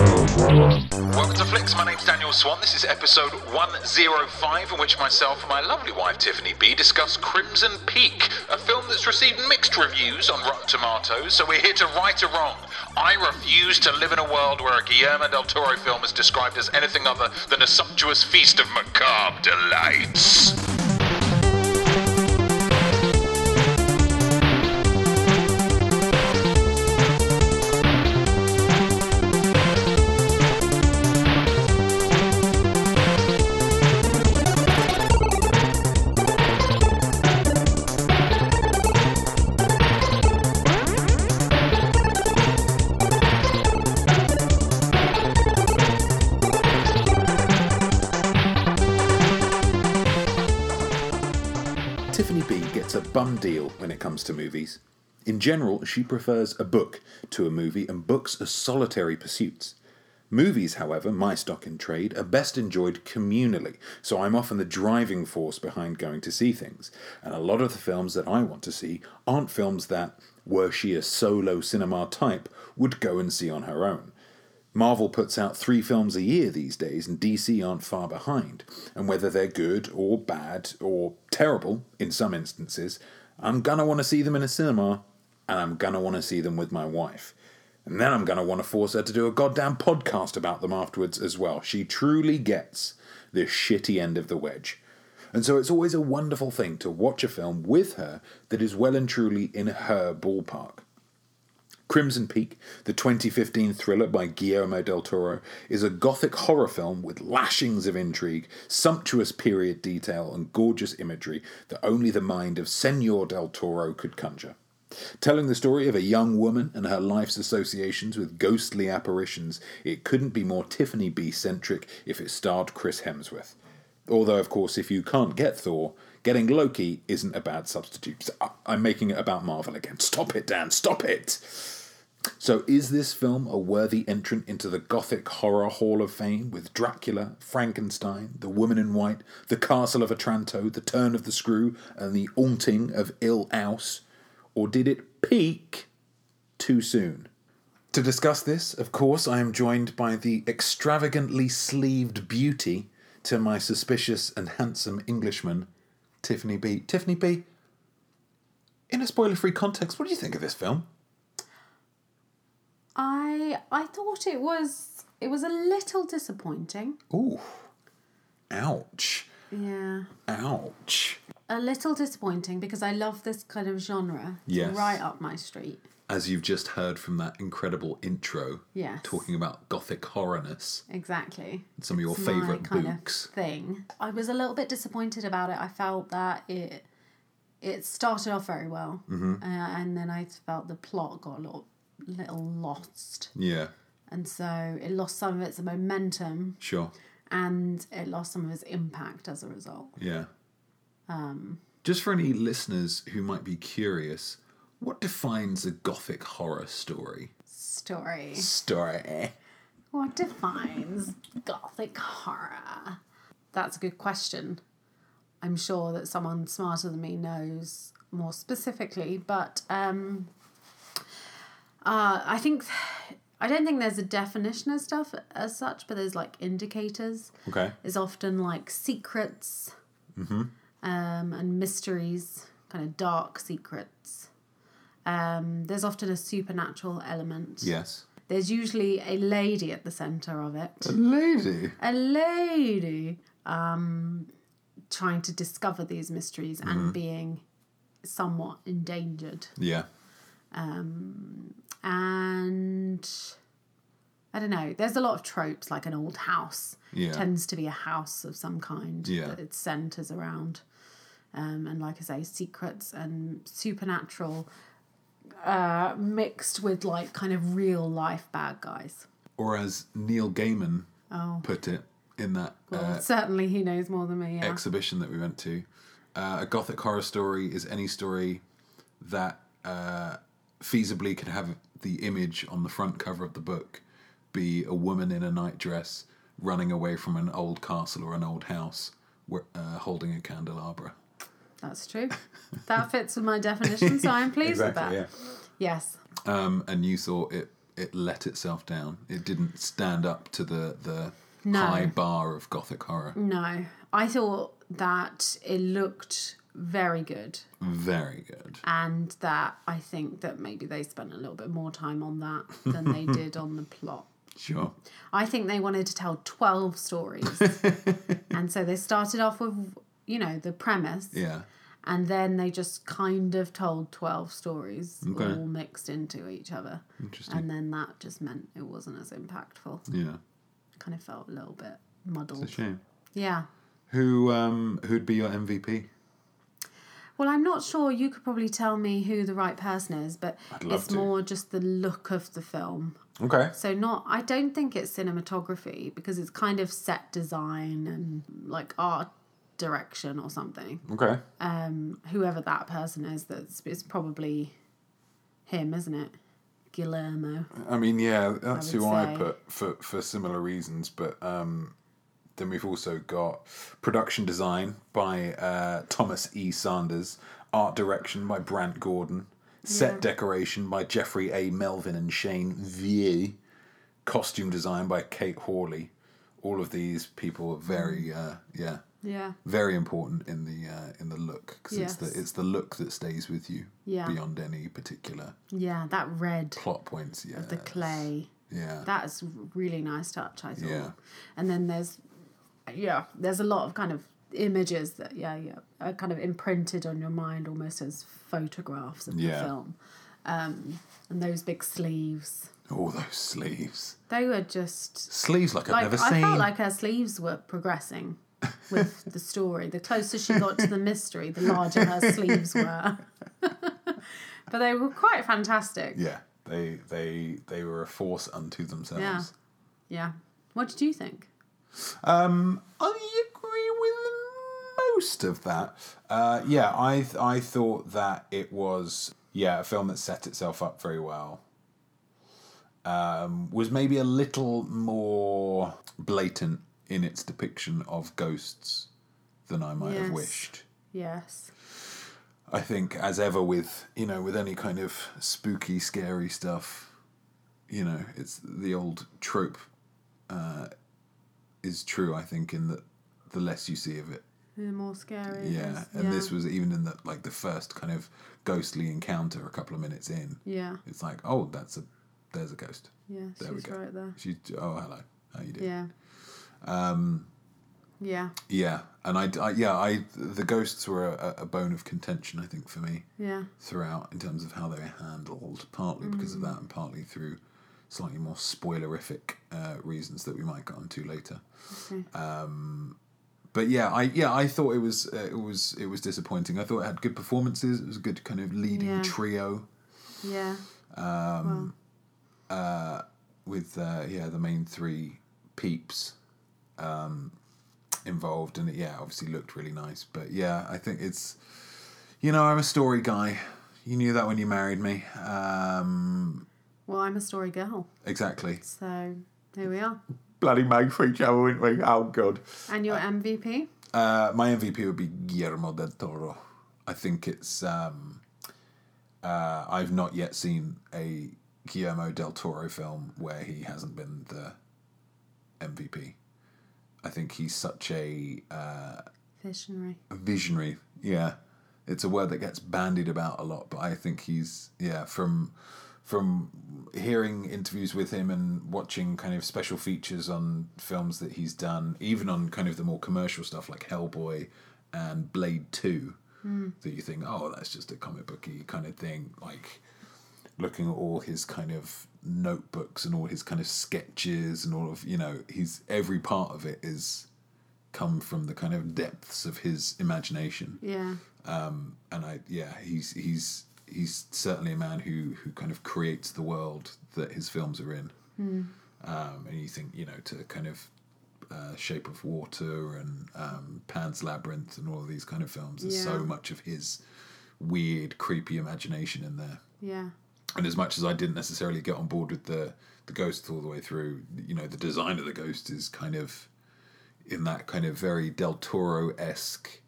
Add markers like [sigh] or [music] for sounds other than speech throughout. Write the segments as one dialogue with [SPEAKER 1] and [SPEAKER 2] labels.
[SPEAKER 1] Welcome to Flicks. My name's Daniel Swan. This is episode 105, in which myself and my lovely wife Tiffany B discuss Crimson Peak, a film that's received mixed reviews on Rotten Tomatoes, so we're here to right a wrong. I refuse to live in a world where a Guillermo del Toro film is described as anything other than a sumptuous feast of macabre delights. Tiffany B gets a bum deal when it comes to movies. In general, she prefers a book to a movie, and books are solitary pursuits. Movies, however, my stock in trade, are best enjoyed communally, so I'm often the driving force behind going to see things. And a lot of the films that I want to see aren't films that, were she a solo cinema type, would go and see on her own. Marvel puts out three films a year these days, and DC aren't far behind. And whether they're good or bad or terrible in some instances, I'm gonna want to see them in a cinema, and I'm gonna want to see them with my wife. And then I'm gonna want to force her to do a goddamn podcast about them afterwards as well. She truly gets the shitty end of the wedge. And so it's always a wonderful thing to watch a film with her that is well and truly in her ballpark. Crimson Peak, the 2015 thriller by Guillermo del Toro, is a gothic horror film with lashings of intrigue, sumptuous period detail, and gorgeous imagery that only the mind of Senor del Toro could conjure. Telling the story of a young woman and her life's associations with ghostly apparitions, it couldn't be more Tiffany B centric if it starred Chris Hemsworth. Although, of course, if you can't get Thor, getting Loki isn't a bad substitute. So- I- I'm making it about Marvel again. Stop it, Dan, stop it! So, is this film a worthy entrant into the Gothic Horror Hall of Fame with Dracula, Frankenstein, The Woman in White, The Castle of Otranto, The Turn of the Screw, and The Aunting of Ill Ouse? Or did it peak too soon? To discuss this, of course, I am joined by the extravagantly sleeved beauty to my suspicious and handsome Englishman, Tiffany B. Tiffany B., in a spoiler free context, what do you think of this film?
[SPEAKER 2] I I thought it was it was a little disappointing.
[SPEAKER 1] Ooh. Ouch.
[SPEAKER 2] Yeah.
[SPEAKER 1] Ouch.
[SPEAKER 2] A little disappointing because I love this kind of genre. It's
[SPEAKER 1] Yes.
[SPEAKER 2] Right up my street.
[SPEAKER 1] As you've just heard from that incredible intro,
[SPEAKER 2] Yes.
[SPEAKER 1] talking about gothic horrorness,
[SPEAKER 2] Exactly.
[SPEAKER 1] some of your
[SPEAKER 2] It's my
[SPEAKER 1] favourite
[SPEAKER 2] kind of
[SPEAKER 1] books.
[SPEAKER 2] thing. I was a little bit disappointed about it. I felt that it it started off very well,
[SPEAKER 1] Mm-hmm.
[SPEAKER 2] uh, and then I felt the plot got a little little lost,
[SPEAKER 1] Yeah,
[SPEAKER 2] and so it lost some of its momentum
[SPEAKER 1] sure.
[SPEAKER 2] and it lost some of its impact as a result.
[SPEAKER 1] Yeah. Um, just for any listeners who might be curious, what defines a gothic horror story?
[SPEAKER 2] Story.
[SPEAKER 1] Story.
[SPEAKER 2] What defines gothic horror? That's a good question. I'm sure that someone smarter than me knows more specifically, but um, uh, I think I don't think there's a definition of stuff as such, but there's like indicators.
[SPEAKER 1] Okay.
[SPEAKER 2] There's often like secrets um, and mysteries, kind of dark secrets. Um, there's often a supernatural element.
[SPEAKER 1] Yes.
[SPEAKER 2] There's usually a lady at the centre of it.
[SPEAKER 1] Lady.
[SPEAKER 2] A lady um, trying to discover these mysteries
[SPEAKER 1] Mm-hmm.
[SPEAKER 2] and being somewhat endangered.
[SPEAKER 1] Yeah.
[SPEAKER 2] And I don't know, there's a lot of tropes, like an old house
[SPEAKER 1] Yeah.
[SPEAKER 2] tends to be a house of some kind
[SPEAKER 1] Yeah.
[SPEAKER 2] that it centres around. Um, and like I say, secrets and supernatural uh, mixed with like kind of real life bad guys.
[SPEAKER 1] Or as Neil Gaiman
[SPEAKER 2] Oh.
[SPEAKER 1] put it in that uh,
[SPEAKER 2] Certainly, he knows more than me. Yeah.
[SPEAKER 1] exhibition that we went to. Uh, a gothic horror story is any story that uh, feasibly could have the image on the front cover of the book be a woman in a nightdress running away from an old castle or an old house where, uh, holding a candelabra.
[SPEAKER 2] That's true.
[SPEAKER 1] [laughs]
[SPEAKER 2] That fits with my definition, so I'm pleased with that.
[SPEAKER 1] yeah.
[SPEAKER 2] Yes,
[SPEAKER 1] Um, and you thought it it let itself down. It didn't stand up to the the
[SPEAKER 2] No.
[SPEAKER 1] high bar of gothic horror.
[SPEAKER 2] No, I thought that it looked very good,
[SPEAKER 1] Very good.
[SPEAKER 2] Uh, and that I think that maybe they spent a little bit more time on that than
[SPEAKER 1] [laughs]
[SPEAKER 2] they did on the plot.
[SPEAKER 1] Sure.
[SPEAKER 2] I think they wanted to tell 12
[SPEAKER 1] [laughs]
[SPEAKER 2] stories. and so they started off with, you know, the premise,
[SPEAKER 1] Yeah.
[SPEAKER 2] and then they just kind of told 12 stories
[SPEAKER 1] Okay.
[SPEAKER 2] all mixed into each other.
[SPEAKER 1] Interesting.
[SPEAKER 2] And then that just meant it wasn't as impactful.
[SPEAKER 1] Yeah.
[SPEAKER 2] Kind of felt a little bit muddled.
[SPEAKER 1] It's a shame.
[SPEAKER 2] Yeah.
[SPEAKER 1] Who um who'd be your MVP?
[SPEAKER 2] Well, I'm not sure. You could probably tell me who the right person is, but
[SPEAKER 1] love
[SPEAKER 2] it's
[SPEAKER 1] to.
[SPEAKER 2] more just the look of the film.
[SPEAKER 1] Okay.
[SPEAKER 2] So not I don't think it's cinematography because it's kind of set design and like art direction or something.
[SPEAKER 1] Okay.
[SPEAKER 2] Um, whoever that person is, that's it's probably him, isn't it? Guillermo.
[SPEAKER 1] I mean, yeah, that's
[SPEAKER 2] I would
[SPEAKER 1] who I
[SPEAKER 2] say-
[SPEAKER 1] put for for similar reasons. But um, then we've also got production design by uh, Thomas E. Sanders, art direction by Brant Gordon, set decoration by Jeffrey A. Melvin and Shane Vier, costume design by Kate Hawley. All of these people are
[SPEAKER 2] Mm.
[SPEAKER 1] very, uh, yeah,
[SPEAKER 2] Yeah.
[SPEAKER 1] very important in the uh, in the look because it's
[SPEAKER 2] Yes.
[SPEAKER 1] the it's the look that stays with you
[SPEAKER 2] Yeah.
[SPEAKER 1] beyond any particular
[SPEAKER 2] Yeah, that red,
[SPEAKER 1] plot points. Yeah,
[SPEAKER 2] the clay.
[SPEAKER 1] yeah.
[SPEAKER 2] That's a really nice touch, I thought.
[SPEAKER 1] Yeah.
[SPEAKER 2] And then there's, yeah, there's a lot of kind of images that, yeah, yeah, are kind of imprinted on your mind almost as photographs of
[SPEAKER 1] Yeah.
[SPEAKER 2] the film. Um, and those big sleeves.
[SPEAKER 1] All those sleeves.
[SPEAKER 2] They were just,
[SPEAKER 1] Sleeves like I've
[SPEAKER 2] like,
[SPEAKER 1] never
[SPEAKER 2] I
[SPEAKER 1] seen.
[SPEAKER 2] felt like her sleeves were
[SPEAKER 1] [laughs]
[SPEAKER 2] progressing with the story. The closer she got to the mystery, the larger her sleeves were. [laughs] but they were quite fantastic.
[SPEAKER 1] yeah, they they they were a force unto themselves.
[SPEAKER 2] Yeah. yeah. What did you think?
[SPEAKER 1] Um, I agree with most of that. Uh, yeah, I th- I thought that it was yeah a film that set itself up very well. Um, was maybe a little more blatant in its depiction of ghosts than I might have
[SPEAKER 2] Yes.
[SPEAKER 1] wished.
[SPEAKER 2] Yes.
[SPEAKER 1] I think, as ever with you know, with any kind of spooky, scary stuff, you know, it's the old trope uh, is true. I think in that the less you see of it,
[SPEAKER 2] The more scary. it
[SPEAKER 1] yeah.
[SPEAKER 2] is.
[SPEAKER 1] And
[SPEAKER 2] yeah.
[SPEAKER 1] this was even in the like the first kind of ghostly encounter. A couple of minutes in,
[SPEAKER 2] Yeah,
[SPEAKER 1] it's like, oh, that's a there's a ghost.
[SPEAKER 2] yeah,
[SPEAKER 1] There we
[SPEAKER 2] she's
[SPEAKER 1] go.
[SPEAKER 2] right there.
[SPEAKER 1] She oh hello, how you doing?
[SPEAKER 2] Yeah. Um.
[SPEAKER 1] Um,
[SPEAKER 2] Yeah,
[SPEAKER 1] Yeah. And I, I- yeah I the ghosts were a, a bone of contention. I think for me.
[SPEAKER 2] yeah,
[SPEAKER 1] throughout in terms of how they were handled, partly because of that and partly through slightly more spoilerific uh, reasons that we might get onto later.
[SPEAKER 2] okay.
[SPEAKER 1] uh, But yeah, I yeah I thought it was uh, it was it was disappointing. I thought it had good performances. It was a good kind of leading
[SPEAKER 2] Yeah.
[SPEAKER 1] trio
[SPEAKER 2] yeah,
[SPEAKER 1] with uh, yeah the main three peeps um, involved, and it, yeah, obviously looked really nice. But yeah, I think it's you know I'm a story guy. You knew that when you married me. Um,
[SPEAKER 2] well, I'm a story girl,
[SPEAKER 1] exactly.
[SPEAKER 2] so here we are.
[SPEAKER 1] bloody mag for each other, weren't we? Oh god.
[SPEAKER 2] And your MVP?
[SPEAKER 1] Uh, my MVP would be Guillermo del Toro. I think it's. Um, uh, I've not yet seen a Guillermo del Toro film where he hasn't been the MVP. I think he's such a uh,
[SPEAKER 2] Visionary.
[SPEAKER 1] visionary. Yeah, it's a word that gets bandied about a lot, but I think he's yeah from from hearing interviews with him and watching kind of special features on films that he's done, even on kind of the more commercial stuff like Hellboy and Blade Two, that you think oh that's just a comic booky kind of thing like looking at all his kind of notebooks and all his kind of sketches and all of you know he's every part of it is come from the kind of depths of his imagination
[SPEAKER 2] Yeah,
[SPEAKER 1] um and i yeah he's he's he's certainly a man who who kind of creates the world that his films are in um and you think you know to kind of uh, Shape of Water and um, Pan's Labyrinth and all of these kind of films. There's so
[SPEAKER 2] Yeah.
[SPEAKER 1] much of his weird, creepy imagination in there
[SPEAKER 2] yeah,
[SPEAKER 1] and as much as I didn't necessarily get on board with the the ghosts all the way through, you know, the design of the ghost is kind of in that kind of very Del Toro esque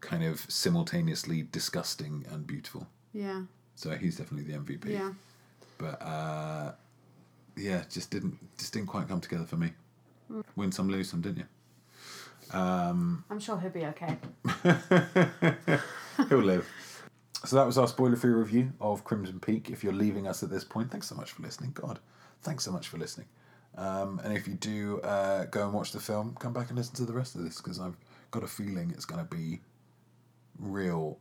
[SPEAKER 1] kind of simultaneously disgusting and beautiful.
[SPEAKER 2] yeah,
[SPEAKER 1] So he's definitely the MVP.
[SPEAKER 2] yeah.
[SPEAKER 1] But uh, yeah, just didn't just didn't quite come together for me. Win some, lose some, didn't you?
[SPEAKER 2] I'm sure he'll be okay.
[SPEAKER 1] He'll live. So that was our spoiler free review of Crimson Peak. If you're leaving us at this point, thanks so much for listening. God, thanks so much for listening. Um, and if you do uh, go and watch the film, come back and listen to the rest of this because I've got a feeling it's going to be real,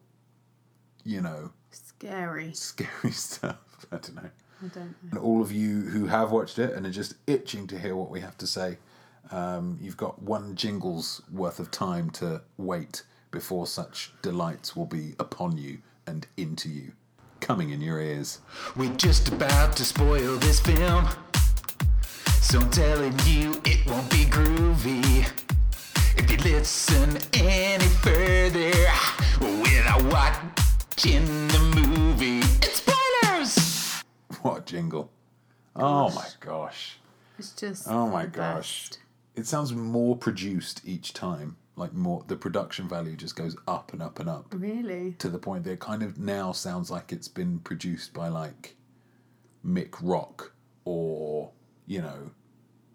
[SPEAKER 1] you know, [laughs]
[SPEAKER 2] Scary.
[SPEAKER 1] scary stuff. I don't know.
[SPEAKER 2] I don't know.
[SPEAKER 1] And all of you who have watched it and are just itching to hear what we have to say, um, you've got one jingle's worth of time to wait before such delights will be upon you and into you, coming in your ears. [laughs]
[SPEAKER 3] We're just about to spoil this film. So I'm telling you, it won't be groovy. If you listen any further without watching the movie, it's spoilers!
[SPEAKER 1] What jingle? Oh my gosh.
[SPEAKER 2] It's just.
[SPEAKER 1] Oh my
[SPEAKER 2] the
[SPEAKER 1] gosh.
[SPEAKER 2] best.
[SPEAKER 1] It sounds more produced each time. Like more, the production value just goes up and up and up
[SPEAKER 2] Really?
[SPEAKER 1] to the point that it kind of now sounds like it's been produced by like Mick Rock or you know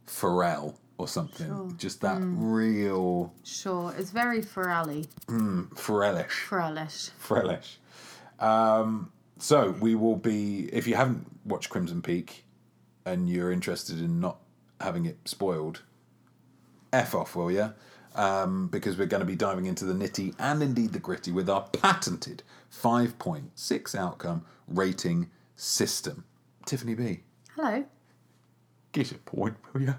[SPEAKER 1] Pharrell or something. Just that real
[SPEAKER 2] Sure. It's very Pharrelly.
[SPEAKER 1] Pharrellish,
[SPEAKER 2] Pharrellish.
[SPEAKER 1] Pharrellish. Um, so we will be if you haven't watched Crimson Peak and you're interested in not having it spoiled, f off, will ya? Um, because we're going to be diving into the nitty and indeed the gritty with our patented 5.6 outcome rating system. Tiffany B,
[SPEAKER 2] Hello.
[SPEAKER 1] get a point, will ya?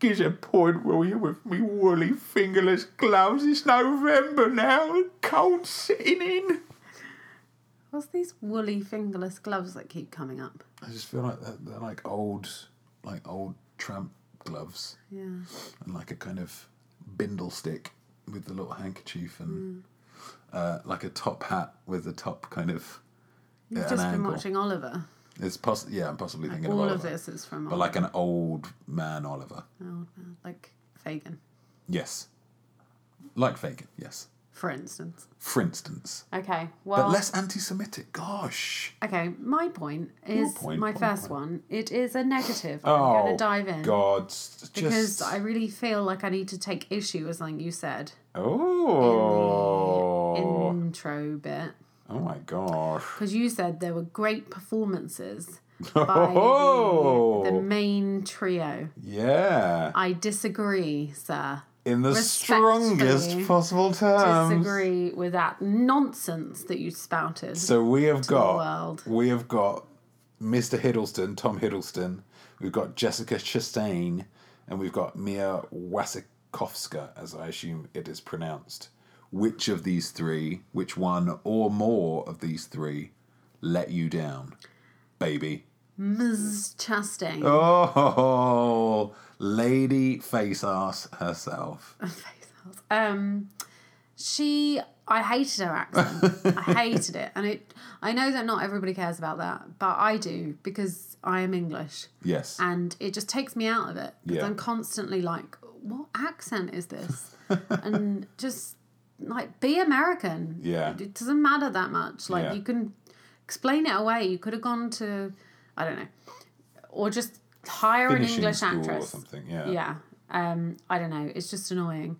[SPEAKER 1] Get a point, will you, with me woolly fingerless gloves? It's November now, cold sitting in.
[SPEAKER 2] What's these woolly fingerless gloves that keep coming up?
[SPEAKER 1] I just feel like they're, they're like old, like old tramp gloves.
[SPEAKER 2] Yeah.
[SPEAKER 1] and like a kind of bindle stick with the little handkerchief
[SPEAKER 2] Hmm.
[SPEAKER 1] and uh, like a top hat with the top kind of
[SPEAKER 2] You've
[SPEAKER 1] at
[SPEAKER 2] just
[SPEAKER 1] an
[SPEAKER 2] been
[SPEAKER 1] angle.
[SPEAKER 2] watching Oliver.
[SPEAKER 1] It's poss- yeah, I'm possibly thinking
[SPEAKER 2] All
[SPEAKER 1] of
[SPEAKER 2] of
[SPEAKER 1] Oliver,
[SPEAKER 2] this is from
[SPEAKER 1] but
[SPEAKER 2] Oliver.
[SPEAKER 1] like an old man Oliver.
[SPEAKER 2] Oh, man, like Fagin,
[SPEAKER 1] Yes, like Fagin. Yes,
[SPEAKER 2] for instance.
[SPEAKER 1] for instance,
[SPEAKER 2] Okay.
[SPEAKER 1] but
[SPEAKER 2] Well.
[SPEAKER 1] less anti-Semitic. Gosh,
[SPEAKER 2] Okay. My point is
[SPEAKER 1] point,
[SPEAKER 2] my
[SPEAKER 1] point,
[SPEAKER 2] first
[SPEAKER 1] point.
[SPEAKER 2] one. It is a negative.
[SPEAKER 1] oh,
[SPEAKER 2] I'm going to dive in
[SPEAKER 1] God, s-
[SPEAKER 2] because
[SPEAKER 1] just
[SPEAKER 2] I really feel like I need to take issue with something you said
[SPEAKER 1] oh,
[SPEAKER 2] intro bit
[SPEAKER 1] oh my gosh.
[SPEAKER 2] because you said there were
[SPEAKER 1] [laughs]
[SPEAKER 2] great performances by
[SPEAKER 1] Oh,
[SPEAKER 2] the, the main trio.
[SPEAKER 1] yeah.
[SPEAKER 2] I disagree, sir.
[SPEAKER 1] In the strongest
[SPEAKER 2] Respectfully
[SPEAKER 1] possible terms.
[SPEAKER 2] Disagree with that nonsense that you spouted.
[SPEAKER 1] So we have got
[SPEAKER 2] world.
[SPEAKER 1] we have got Mr. Hiddleston, Tom Hiddleston. We've got Jessica Chastain, and we've got Mia Wasikowska, as I assume it is pronounced. Which of these three, which one or more of these three, let you down, baby?
[SPEAKER 2] Ms. Chastain. [laughs]
[SPEAKER 1] Oh, [laughs] lady face ass herself.
[SPEAKER 2] Um, she, I hated her
[SPEAKER 1] [laughs]
[SPEAKER 2] accent. I hated it, and it. I know that not everybody cares about that, but I do because I am English,
[SPEAKER 1] Yes.
[SPEAKER 2] and it just takes me out of it. 'cause
[SPEAKER 1] Yeah.
[SPEAKER 2] I'm constantly like, what accent
[SPEAKER 1] [laughs]
[SPEAKER 2] is this? and just like be American.
[SPEAKER 1] Yeah.
[SPEAKER 2] it doesn't matter that much. Like
[SPEAKER 1] Yeah.
[SPEAKER 2] you can explain it away. You could have gone to, I don't know, or just hire an English
[SPEAKER 1] school
[SPEAKER 2] actress
[SPEAKER 1] or something. Yeah.
[SPEAKER 2] yeah um i don't know it's just annoying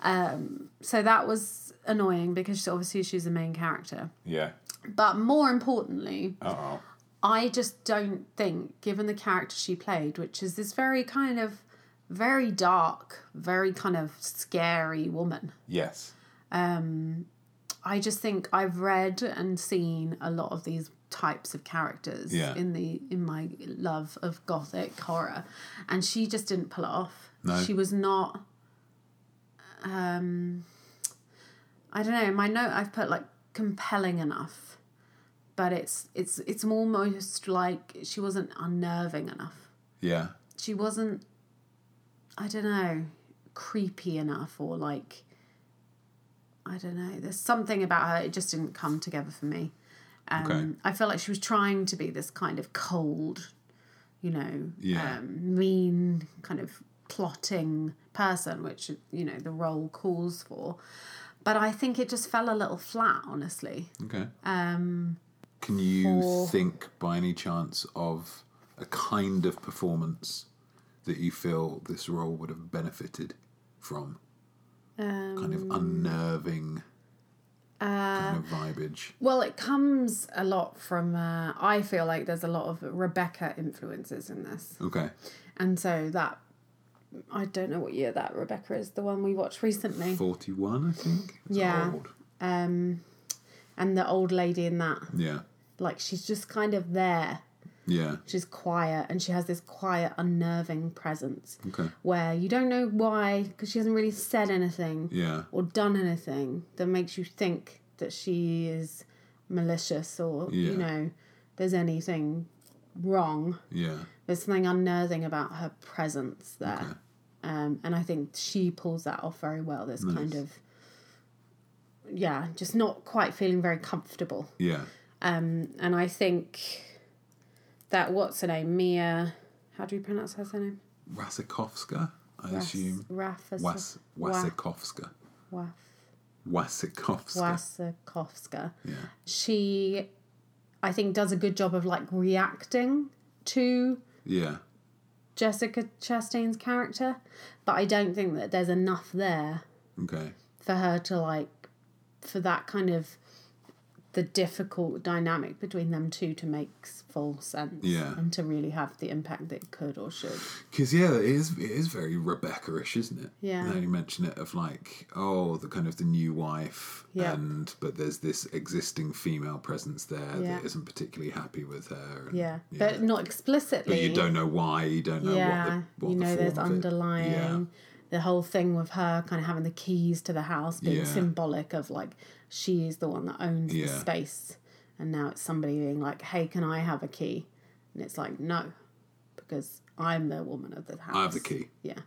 [SPEAKER 2] um so that was annoying because obviously she's the main character
[SPEAKER 1] Yeah.
[SPEAKER 2] but more importantly
[SPEAKER 1] Uh oh.
[SPEAKER 2] i just don't think given the character she played which is this very kind of very dark very kind of scary woman
[SPEAKER 1] Yes.
[SPEAKER 2] i just think i've read and seen a lot of these types of characters
[SPEAKER 1] Yeah.
[SPEAKER 2] in the in my love of gothic horror and she just didn't pull it off
[SPEAKER 1] No.
[SPEAKER 2] she was not um, I don't know. My note I've put like compelling enough, but it's it's it's almost like she wasn't unnerving enough.
[SPEAKER 1] Yeah.
[SPEAKER 2] She wasn't, I don't know, creepy enough or like, I don't know. There's something about her. It just didn't come together for me. Um,
[SPEAKER 1] Okay.
[SPEAKER 2] I feel like she was trying to be this kind of cold, you know,
[SPEAKER 1] Yeah.
[SPEAKER 2] um, mean kind of plotting person, which you know the role calls for. But I think it just fell a little flat, honestly.
[SPEAKER 1] Okay. Um, Can you
[SPEAKER 2] for-
[SPEAKER 1] think by any chance of a kind of performance that you feel this role would have benefited from?
[SPEAKER 2] Um, uh,
[SPEAKER 1] Kind of unnerving kind of vibage.
[SPEAKER 2] Well, it comes a lot from. Uh, I feel like there's a lot of Rebecca influences in this,
[SPEAKER 1] Okay.
[SPEAKER 2] and so that I don't know what year that Rebecca is, the one we watched recently,
[SPEAKER 1] 41, I think? It's
[SPEAKER 2] Yeah.
[SPEAKER 1] old.
[SPEAKER 2] um, and the old lady in that,
[SPEAKER 1] Yeah.
[SPEAKER 2] like she's just kind of there.
[SPEAKER 1] Yeah.
[SPEAKER 2] She's quiet, and she has this quiet, unnerving presence
[SPEAKER 1] Okay.
[SPEAKER 2] where you don't know why, because she hasn't really said anything
[SPEAKER 1] Yeah.
[SPEAKER 2] or done anything that makes you think that she is malicious or
[SPEAKER 1] Yeah.
[SPEAKER 2] you know there's anything wrong
[SPEAKER 1] Yeah.
[SPEAKER 2] there's something unnerving about her presence there um, and i think she pulls that off very well this kind
[SPEAKER 1] Nice.
[SPEAKER 2] of yeah just not quite feeling very comfortable
[SPEAKER 1] Yeah.
[SPEAKER 2] um, and i think that what's her name mia how do you pronounce her surname
[SPEAKER 1] Wasikowska, I assume.
[SPEAKER 2] Raf-
[SPEAKER 1] Was Wasikowska.
[SPEAKER 2] Wa-
[SPEAKER 1] Wasikowska.
[SPEAKER 2] Wasikowska.
[SPEAKER 1] yeah.
[SPEAKER 2] she i think does a good job of like reacting to
[SPEAKER 1] Yeah.
[SPEAKER 2] jessica chastain's character but i don't think that there's enough there
[SPEAKER 1] Okay.
[SPEAKER 2] for her to like for that kind of the difficult dynamic between them two to make s- full sense
[SPEAKER 1] Yeah.
[SPEAKER 2] and to really have the impact that it could or should
[SPEAKER 1] Because yeah, it is it is very Rebecca-ish, isn't it?
[SPEAKER 2] Yeah.
[SPEAKER 1] Now you mention it of like, oh, the kind of the new wife,
[SPEAKER 2] Yeah.
[SPEAKER 1] and but there's this existing female presence there
[SPEAKER 2] Yeah.
[SPEAKER 1] that isn't particularly happy with her. and-
[SPEAKER 2] yeah, but not explicitly
[SPEAKER 1] But you don't know why. You don't know
[SPEAKER 2] yeah
[SPEAKER 1] what the what
[SPEAKER 2] you
[SPEAKER 1] the
[SPEAKER 2] know
[SPEAKER 1] form
[SPEAKER 2] there's
[SPEAKER 1] of it-
[SPEAKER 2] underlying
[SPEAKER 1] Yeah.
[SPEAKER 2] the whole thing with her kind of having the keys to the house being
[SPEAKER 1] Yeah.
[SPEAKER 2] symbolic of like she is the one that owns the
[SPEAKER 1] Yeah.
[SPEAKER 2] space and now it's somebody being like hey can i have a key and it's like no because i'm the woman of the house
[SPEAKER 1] I have the key.
[SPEAKER 2] yeah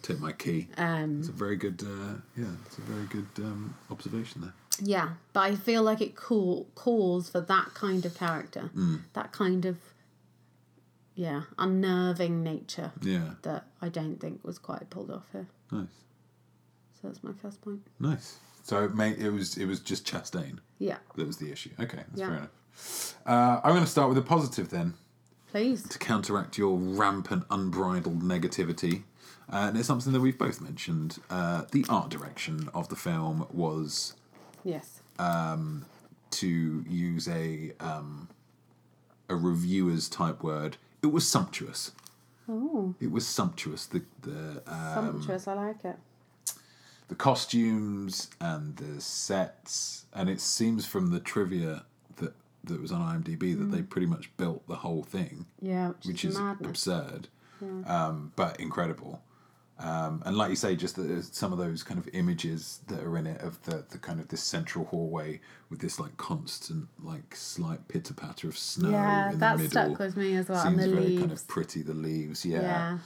[SPEAKER 1] Take my key.
[SPEAKER 2] um
[SPEAKER 1] It's a very good. Uh, yeah, it's a very good um, observation there.
[SPEAKER 2] yeah but i feel like it call, calls for that kind of character
[SPEAKER 1] Mm.
[SPEAKER 2] that kind of yeah unnerving nature
[SPEAKER 1] Yeah.
[SPEAKER 2] that i don't think was quite pulled off here
[SPEAKER 1] Nice.
[SPEAKER 2] so that's my first point
[SPEAKER 1] Nice. So it, made, it was it was just Chastain
[SPEAKER 2] yeah
[SPEAKER 1] that was the issue. Okay, that's
[SPEAKER 2] Yeah.
[SPEAKER 1] fair enough. Uh, I'm going to start with a positive then.
[SPEAKER 2] please
[SPEAKER 1] to counteract your rampant, unbridled negativity. Uh, and it's something that we've both mentioned. Uh, the art direction of the film was
[SPEAKER 2] Yes.
[SPEAKER 1] to use a um, a reviewer's type word. It was sumptuous.
[SPEAKER 2] Oh,
[SPEAKER 1] It was sumptuous. The the uh,
[SPEAKER 2] sumptuous. I like it.
[SPEAKER 1] the costumes and the sets, and it seems from the trivia that that was on IMDb that
[SPEAKER 2] Mm.
[SPEAKER 1] they pretty much built the whole thing.
[SPEAKER 2] Yeah, which,
[SPEAKER 1] which
[SPEAKER 2] is,
[SPEAKER 1] is
[SPEAKER 2] madness.
[SPEAKER 1] absurd, um, but incredible. Um, and like you say, just the, some of those kind of images that are in it of the, the kind of this central hallway with this like constant like slight pitter patter of snow
[SPEAKER 2] Yeah,
[SPEAKER 1] in
[SPEAKER 2] that
[SPEAKER 1] the middle.
[SPEAKER 2] stuck with me as well.
[SPEAKER 1] Seems
[SPEAKER 2] And the
[SPEAKER 1] very
[SPEAKER 2] leaves.
[SPEAKER 1] kind of pretty. The leaves,
[SPEAKER 2] yeah.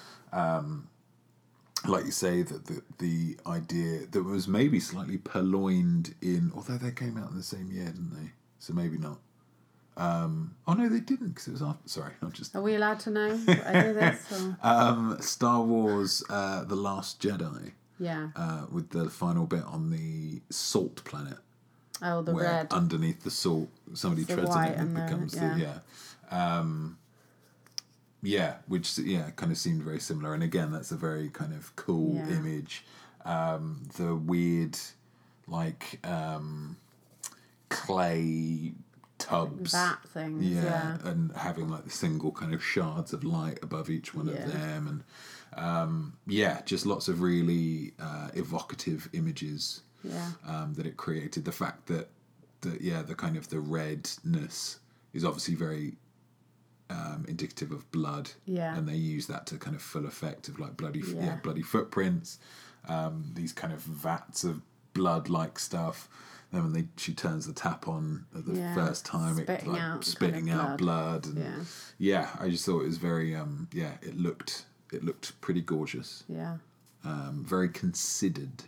[SPEAKER 1] like you say that the the idea that was maybe slightly purloined in although they came out in the same year didn't they so maybe not um oh no they didn't because it was after sorry i'm just
[SPEAKER 2] Are we allowed to know? what I do
[SPEAKER 1] [laughs]
[SPEAKER 2] this. Or?
[SPEAKER 1] um star wars uh the last jedi
[SPEAKER 2] yeah.
[SPEAKER 1] uh with the final bit on the salt planet
[SPEAKER 2] oh, the
[SPEAKER 1] where
[SPEAKER 2] red.
[SPEAKER 1] underneath the salt somebody
[SPEAKER 2] It's the
[SPEAKER 1] treads on
[SPEAKER 2] white
[SPEAKER 1] it and
[SPEAKER 2] and
[SPEAKER 1] it
[SPEAKER 2] the-
[SPEAKER 1] becomes
[SPEAKER 2] yeah.
[SPEAKER 1] the yeah um yeah which yeah kind of seemed very similar and again that's a very kind of cool
[SPEAKER 2] Yeah.
[SPEAKER 1] image um the weird like um clay tubs
[SPEAKER 2] that thing. Yeah.
[SPEAKER 1] yeah, and having like the single kind of shards of light above each one
[SPEAKER 2] Yeah.
[SPEAKER 1] of them, and um, yeah, just lots of really uh, evocative images
[SPEAKER 2] Yeah.
[SPEAKER 1] um, that it created. The fact that that yeah, the kind of the redness is obviously very um, indicative of blood.
[SPEAKER 2] Yeah.
[SPEAKER 1] and they use that to kind of full effect of like bloody yeah,
[SPEAKER 2] Yeah.
[SPEAKER 1] bloody footprints, um, these kind of vats of blood like stuff. Then when they she turns the tap on at the
[SPEAKER 2] Yeah,
[SPEAKER 1] first time, it
[SPEAKER 2] spitting
[SPEAKER 1] like
[SPEAKER 2] out kind of
[SPEAKER 1] spitting out blood. And
[SPEAKER 2] Yeah.
[SPEAKER 1] yeah, I just thought it was very um yeah, it looked it looked pretty gorgeous,
[SPEAKER 2] Yeah.
[SPEAKER 1] um, very considered.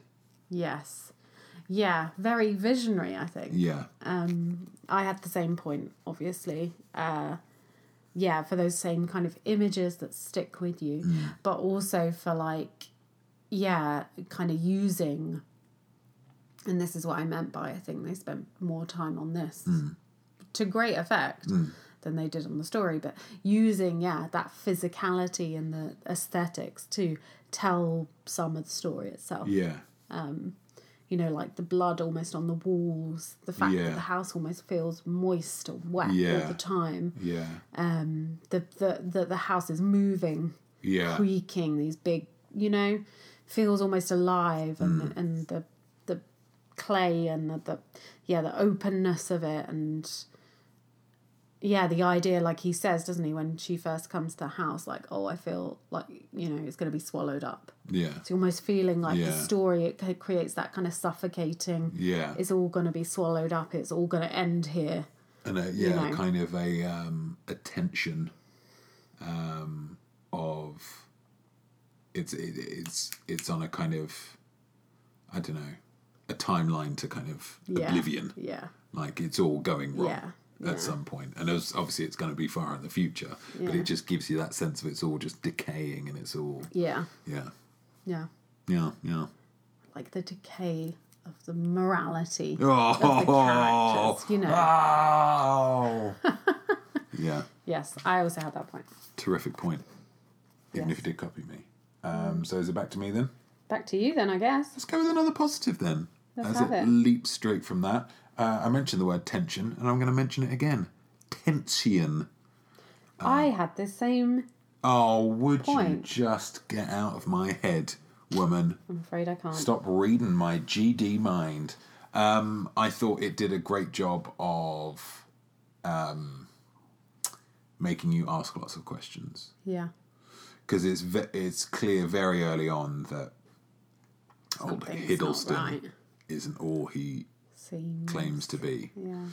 [SPEAKER 2] Yes. Yeah. Very visionary, I think.
[SPEAKER 1] Yeah,
[SPEAKER 2] Uh, I had the same point, obviously. Uh, yeah, for those same kind of images that stick with you, but also for like, yeah, kind of using. And this is what I meant by I think they spent more time on this to great effect than they did on the story, but using, yeah, that physicality and the aesthetics to tell some of the story itself.
[SPEAKER 1] Yeah.
[SPEAKER 2] You know, like the blood almost on the walls, the fact
[SPEAKER 1] Yeah.
[SPEAKER 2] that the house almost feels moist or wet
[SPEAKER 1] Yeah.
[SPEAKER 2] all the time.
[SPEAKER 1] Yeah.
[SPEAKER 2] Um, the, the, the, the house is moving
[SPEAKER 1] Yeah.
[SPEAKER 2] creaking these big you know feels almost alive and
[SPEAKER 1] Mm.
[SPEAKER 2] and the the clay and the, the yeah the openness of it and yeah the idea like he says doesn't he when she first comes to the house like oh i feel like you know it's going to be swallowed up
[SPEAKER 1] Yeah.
[SPEAKER 2] it's almost feeling like the
[SPEAKER 1] Yeah.
[SPEAKER 2] story it c- creates that kind of suffocating
[SPEAKER 1] Yeah.
[SPEAKER 2] it's all going to be swallowed up it's all going to end here
[SPEAKER 1] and a yeah,
[SPEAKER 2] know.
[SPEAKER 1] kind of a um, a tension um, of it's it, it's it's on a kind of I don't know a timeline to kind of
[SPEAKER 2] yeah
[SPEAKER 1] oblivion.
[SPEAKER 2] yeah
[SPEAKER 1] Like it's all going wrong
[SPEAKER 2] Yeah,
[SPEAKER 1] at
[SPEAKER 2] yeah.
[SPEAKER 1] some point, and as, obviously it's going to be far in the future, but
[SPEAKER 2] Yeah.
[SPEAKER 1] it just gives you that sense of it's all just decaying and it's all
[SPEAKER 2] yeah
[SPEAKER 1] yeah
[SPEAKER 2] yeah
[SPEAKER 1] yeah yeah.
[SPEAKER 2] like the decay of the morality
[SPEAKER 1] [laughs] Oh,
[SPEAKER 2] of the characters, you know. [laughs]
[SPEAKER 1] Ow. Oh, yeah.
[SPEAKER 2] Yes, I also had that point.
[SPEAKER 1] Terrific point. Even
[SPEAKER 2] Yes.
[SPEAKER 1] if you did copy me. Um, so is it back to me then?
[SPEAKER 2] Back to you then, I guess.
[SPEAKER 1] Let's go with another positive then.
[SPEAKER 2] Let's
[SPEAKER 1] as
[SPEAKER 2] have
[SPEAKER 1] it,
[SPEAKER 2] it.
[SPEAKER 1] leaps straight from that. Uh, I mentioned the word tension, and I'm going to mention it again. Tension. Um,
[SPEAKER 2] I had the same.
[SPEAKER 1] Oh, would you
[SPEAKER 2] Point.
[SPEAKER 1] just get out of my head, woman?
[SPEAKER 2] I'm afraid I can't.
[SPEAKER 1] Stop reading my GD mind. Um, I thought it did a great job of um, making you ask lots of questions.
[SPEAKER 2] Yeah.
[SPEAKER 1] because it's ve- it's clear very early on that old
[SPEAKER 2] Something's
[SPEAKER 1] Hiddleston
[SPEAKER 2] not right.
[SPEAKER 1] isn't all he
[SPEAKER 2] Seems.
[SPEAKER 1] claims to be,
[SPEAKER 2] Yeah.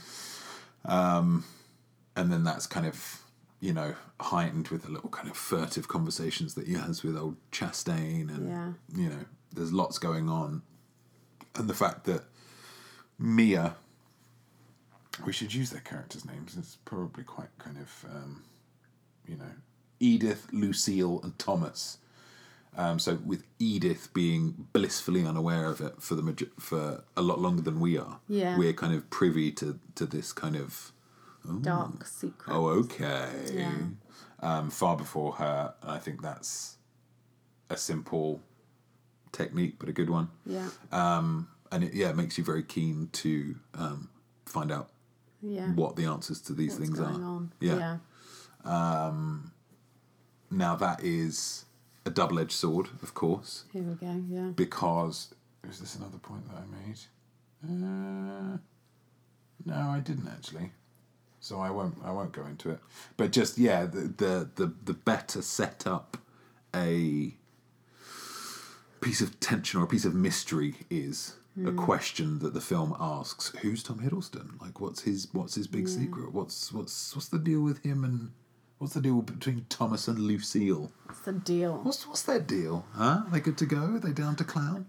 [SPEAKER 1] and then that's kind of you know heightened with the little kind of furtive conversations that he has with old Chastain, and
[SPEAKER 2] Yeah.
[SPEAKER 1] you know there's lots going on, and the fact that Mia. We should use their characters' names. It's probably quite kind of, um, you know, Edith, Lucille, and Thomas. Um, so with Edith being blissfully unaware of it for the maj- for a lot longer than we are.
[SPEAKER 2] Yeah.
[SPEAKER 1] we're kind of privy to to this kind of
[SPEAKER 2] Dark secret.
[SPEAKER 1] oh okay,
[SPEAKER 2] Yeah.
[SPEAKER 1] um, far before her. And I think that's a simple technique, but a good one. Um,
[SPEAKER 2] Yeah.
[SPEAKER 1] uh, And it, yeah, it makes you very keen to um, find out
[SPEAKER 2] Yeah.
[SPEAKER 1] what the answers to these
[SPEAKER 2] What's
[SPEAKER 1] things
[SPEAKER 2] going
[SPEAKER 1] are.
[SPEAKER 2] on?
[SPEAKER 1] Yeah.
[SPEAKER 2] Yeah.
[SPEAKER 1] Now that is a double-edged sword, of course.
[SPEAKER 2] Here we go. Yeah.
[SPEAKER 1] because is this another point that I made? Uh, no, I didn't actually. So I won't. I won't go into it. But just yeah, the the the, the better set up a piece of tension or a piece of mystery is a question that the film asks: Who's Tom Hiddleston? Like, what's his what's his big secret? What's what's what's the deal with him and what's the deal between Thomas and Lucille?
[SPEAKER 2] What's the deal?
[SPEAKER 1] What's what's their deal? Huh? Are they good to go? Are they down to clown?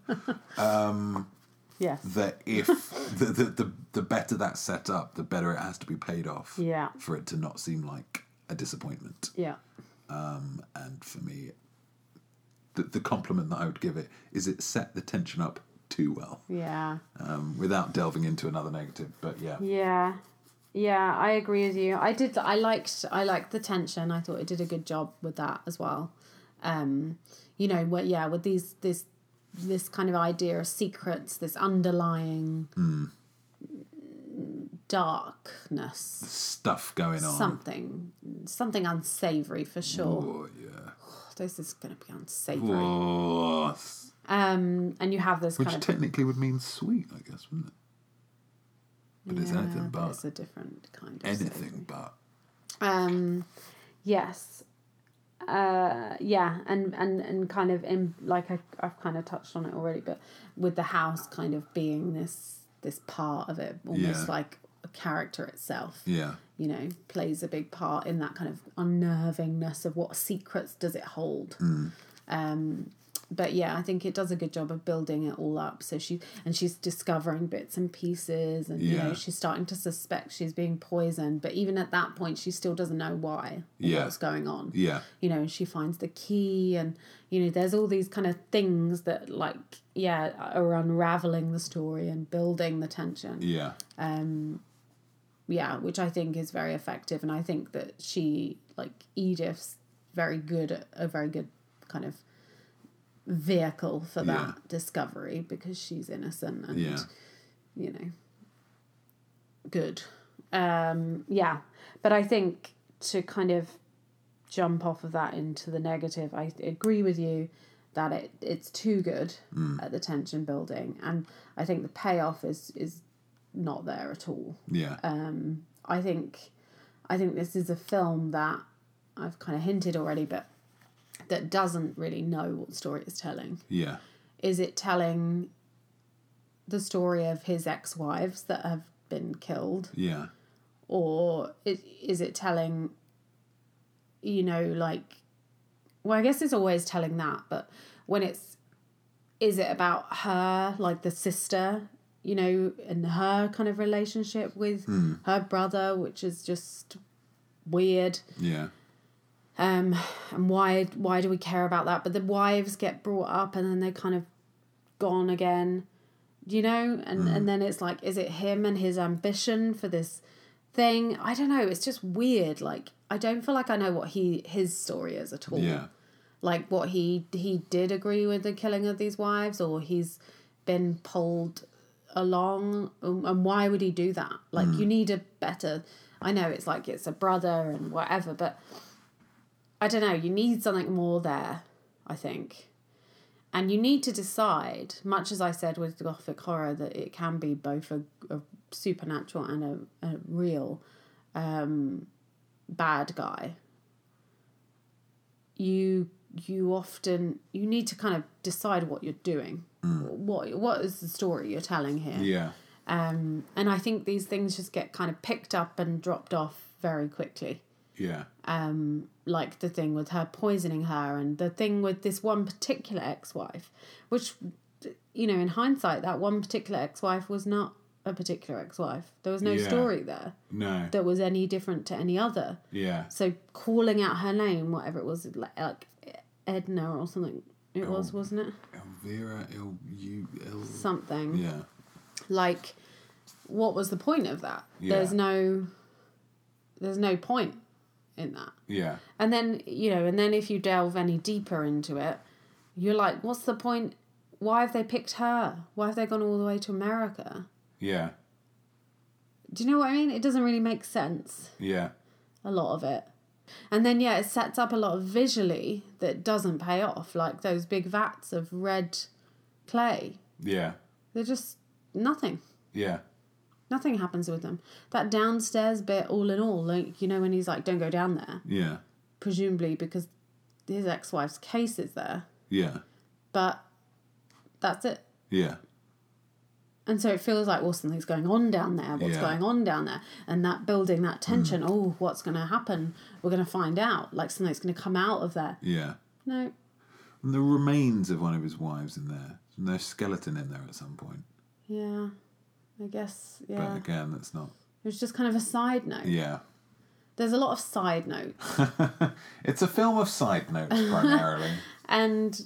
[SPEAKER 2] Yes. [laughs]
[SPEAKER 1] that if the, the the the better that's set up, the better it has to be paid off.
[SPEAKER 2] Yeah.
[SPEAKER 1] For it to not seem like a disappointment.
[SPEAKER 2] yeah.
[SPEAKER 1] And for me, the the compliment that I would give it is it set the tension up too well,
[SPEAKER 2] Yeah.
[SPEAKER 1] um, without delving into another negative. But yeah,
[SPEAKER 2] Yeah. Yeah, I agree with you. I did I liked I liked the tension. I thought it did a good job with that as well. Um, you know, what yeah, with these this this kind of idea of secrets, this underlying
[SPEAKER 1] Mm.
[SPEAKER 2] darkness,
[SPEAKER 1] stuff going on.
[SPEAKER 2] something something unsavory for sure.
[SPEAKER 1] Oh yeah.
[SPEAKER 2] This is going to be unsavory.
[SPEAKER 1] Oh,
[SPEAKER 2] Um, and you have this
[SPEAKER 1] which
[SPEAKER 2] kind of
[SPEAKER 1] technically would mean sweet, I guess, wouldn't it? But it's
[SPEAKER 2] Yeah,
[SPEAKER 1] anything
[SPEAKER 2] but
[SPEAKER 1] but
[SPEAKER 2] it's a different kind of savory.
[SPEAKER 1] anything but.
[SPEAKER 2] Um, yes. Uh, yeah, and, and, and kind of in like I, I've kind of touched on it already, but with the house kind of being this this part of it,
[SPEAKER 1] Yeah.
[SPEAKER 2] almost like a character itself.
[SPEAKER 1] Yeah.
[SPEAKER 2] You know, plays a big part in that kind of unnervingness of what secrets does it hold.
[SPEAKER 1] Hmm.
[SPEAKER 2] Um, but yeah, I think it does a good job of building it all up. So she and she's discovering bits and pieces, and you
[SPEAKER 1] Yeah.
[SPEAKER 2] know she's starting to suspect she's being poisoned. But even at that point, she still doesn't know why or
[SPEAKER 1] Yeah.
[SPEAKER 2] what's going on.
[SPEAKER 1] Yeah.
[SPEAKER 2] You know, and she finds the key, and you know, there's all these kind of things that like yeah are unraveling the story and building the tension
[SPEAKER 1] Yeah.
[SPEAKER 2] yeah, which I think is very effective. And I think that she, like Edith's, very good at a very good kind of vehicle for that
[SPEAKER 1] Yeah.
[SPEAKER 2] discovery because she's innocent and
[SPEAKER 1] Yeah.
[SPEAKER 2] you know good. Um, yeah, but I think to kind of jump off of that into the negative, I agree with you that it it's too good
[SPEAKER 1] Mm.
[SPEAKER 2] at the tension building, and I think the payoff is is not there at all.
[SPEAKER 1] Yeah.
[SPEAKER 2] uh, I think I think this is a film that I've kind of hinted already, but that doesn't really know what story it's telling.
[SPEAKER 1] yeah.
[SPEAKER 2] Is it telling the story of his ex-wives that have been killed,
[SPEAKER 1] Yeah.
[SPEAKER 2] or is, is it telling, you know, like, well, I guess it's always telling that, but when it's, is it about her, like the sister, you know, and her kind of relationship with her brother, which is just weird
[SPEAKER 1] Yeah.
[SPEAKER 2] um, and why why do we care about that? But the wives get brought up and then they're kind of gone again, you know. And and then it's like, is it him and his ambition for this thing? I don't know. It's just weird. Like I don't feel like I know what he his story is at all.
[SPEAKER 1] Yeah.
[SPEAKER 2] Like what he he did agree with the killing of these wives, or he's been pulled along um, and why would he do that like you need a better i know it's like it's a brother and whatever but i don't know you need something more there i think and you need to decide much as i said with gothic horror that it can be both a, a supernatural and a, a real um, bad guy you you often you need to kind of decide what you're doing what what is the story you're telling here
[SPEAKER 1] Yeah.
[SPEAKER 2] um, and I think these things just get kind of picked up and dropped off very quickly.
[SPEAKER 1] Yeah.
[SPEAKER 2] Like the thing with her poisoning her, and the thing with this one particular ex wife, which, you know, in hindsight, that one particular ex wife was not a particular ex wife. There was no
[SPEAKER 1] Yeah.
[SPEAKER 2] story there
[SPEAKER 1] No.
[SPEAKER 2] that was any different to any other.
[SPEAKER 1] Yeah.
[SPEAKER 2] So calling out her name, whatever it was, like, like Edna or something, it was, wasn't it?
[SPEAKER 1] Elvira L U L.
[SPEAKER 2] Something.
[SPEAKER 1] Yeah.
[SPEAKER 2] like what was the point of that
[SPEAKER 1] Yeah.
[SPEAKER 2] there's no there's no point in that
[SPEAKER 1] Yeah.
[SPEAKER 2] and then you know and then if you delve any deeper into it you're like what's the point why have they picked her why have they gone all the way to america
[SPEAKER 1] Yeah.
[SPEAKER 2] do you know what i mean it doesn't really make sense
[SPEAKER 1] Yeah.
[SPEAKER 2] a lot of it and then yeah it sets up a lot of visually that doesn't pay off like those big vats of red clay
[SPEAKER 1] Yeah.
[SPEAKER 2] they're just nothing
[SPEAKER 1] Yeah.
[SPEAKER 2] Nothing happens with them. That downstairs bit, all in all, like you know, when he's like, "Don't go down there,"
[SPEAKER 1] Yeah.
[SPEAKER 2] presumably because his ex-wife's case is there.
[SPEAKER 1] Yeah.
[SPEAKER 2] But that's it.
[SPEAKER 1] Yeah.
[SPEAKER 2] And so it feels like, well, something's going on down there. What's
[SPEAKER 1] Yeah. Mm.
[SPEAKER 2] going on down there? And that building, that tension. Oh, what's going to happen? We're going to find out. Like something's going to come out of there.
[SPEAKER 1] Yeah.
[SPEAKER 2] No,
[SPEAKER 1] And the remains of one of his wives in there. There's no skeleton in there at some point.
[SPEAKER 2] yeah, I guess
[SPEAKER 1] But
[SPEAKER 2] yeah. It
[SPEAKER 1] again, that's not.
[SPEAKER 2] was just kind of a side note.
[SPEAKER 1] Yeah.
[SPEAKER 2] There's a lot of side notes.
[SPEAKER 1] It's a film of side notes primarily.
[SPEAKER 2] And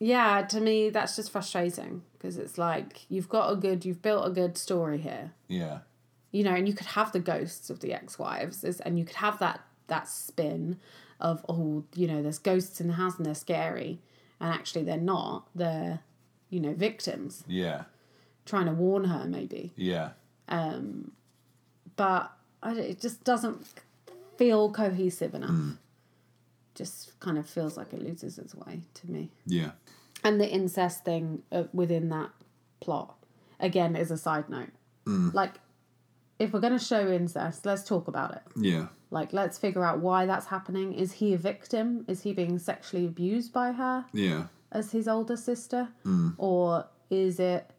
[SPEAKER 2] yeah, to me, that's just frustrating because it's like you've got a good, you've built a good story here,
[SPEAKER 1] yeah.
[SPEAKER 2] you know, and you could have the ghosts of the ex-wives, is- and you could have that that spin of oh, you know, there's ghosts in the house and they're scary, and actually they're not. They're you know victims
[SPEAKER 1] Yeah.
[SPEAKER 2] trying to warn her maybe,
[SPEAKER 1] Yeah.
[SPEAKER 2] but I, don't- it just doesn't feel cohesive enough. Just kind of feels like it loses its way to me.
[SPEAKER 1] Yeah.
[SPEAKER 2] and the incest thing uh, within that plot again is a side note like if we're going to show incest let's talk about it
[SPEAKER 1] Yeah.
[SPEAKER 2] like let's figure out why that's happening is he a victim is he being sexually abused by her
[SPEAKER 1] Yeah.
[SPEAKER 2] as his older sister
[SPEAKER 1] Hmm.
[SPEAKER 2] or is it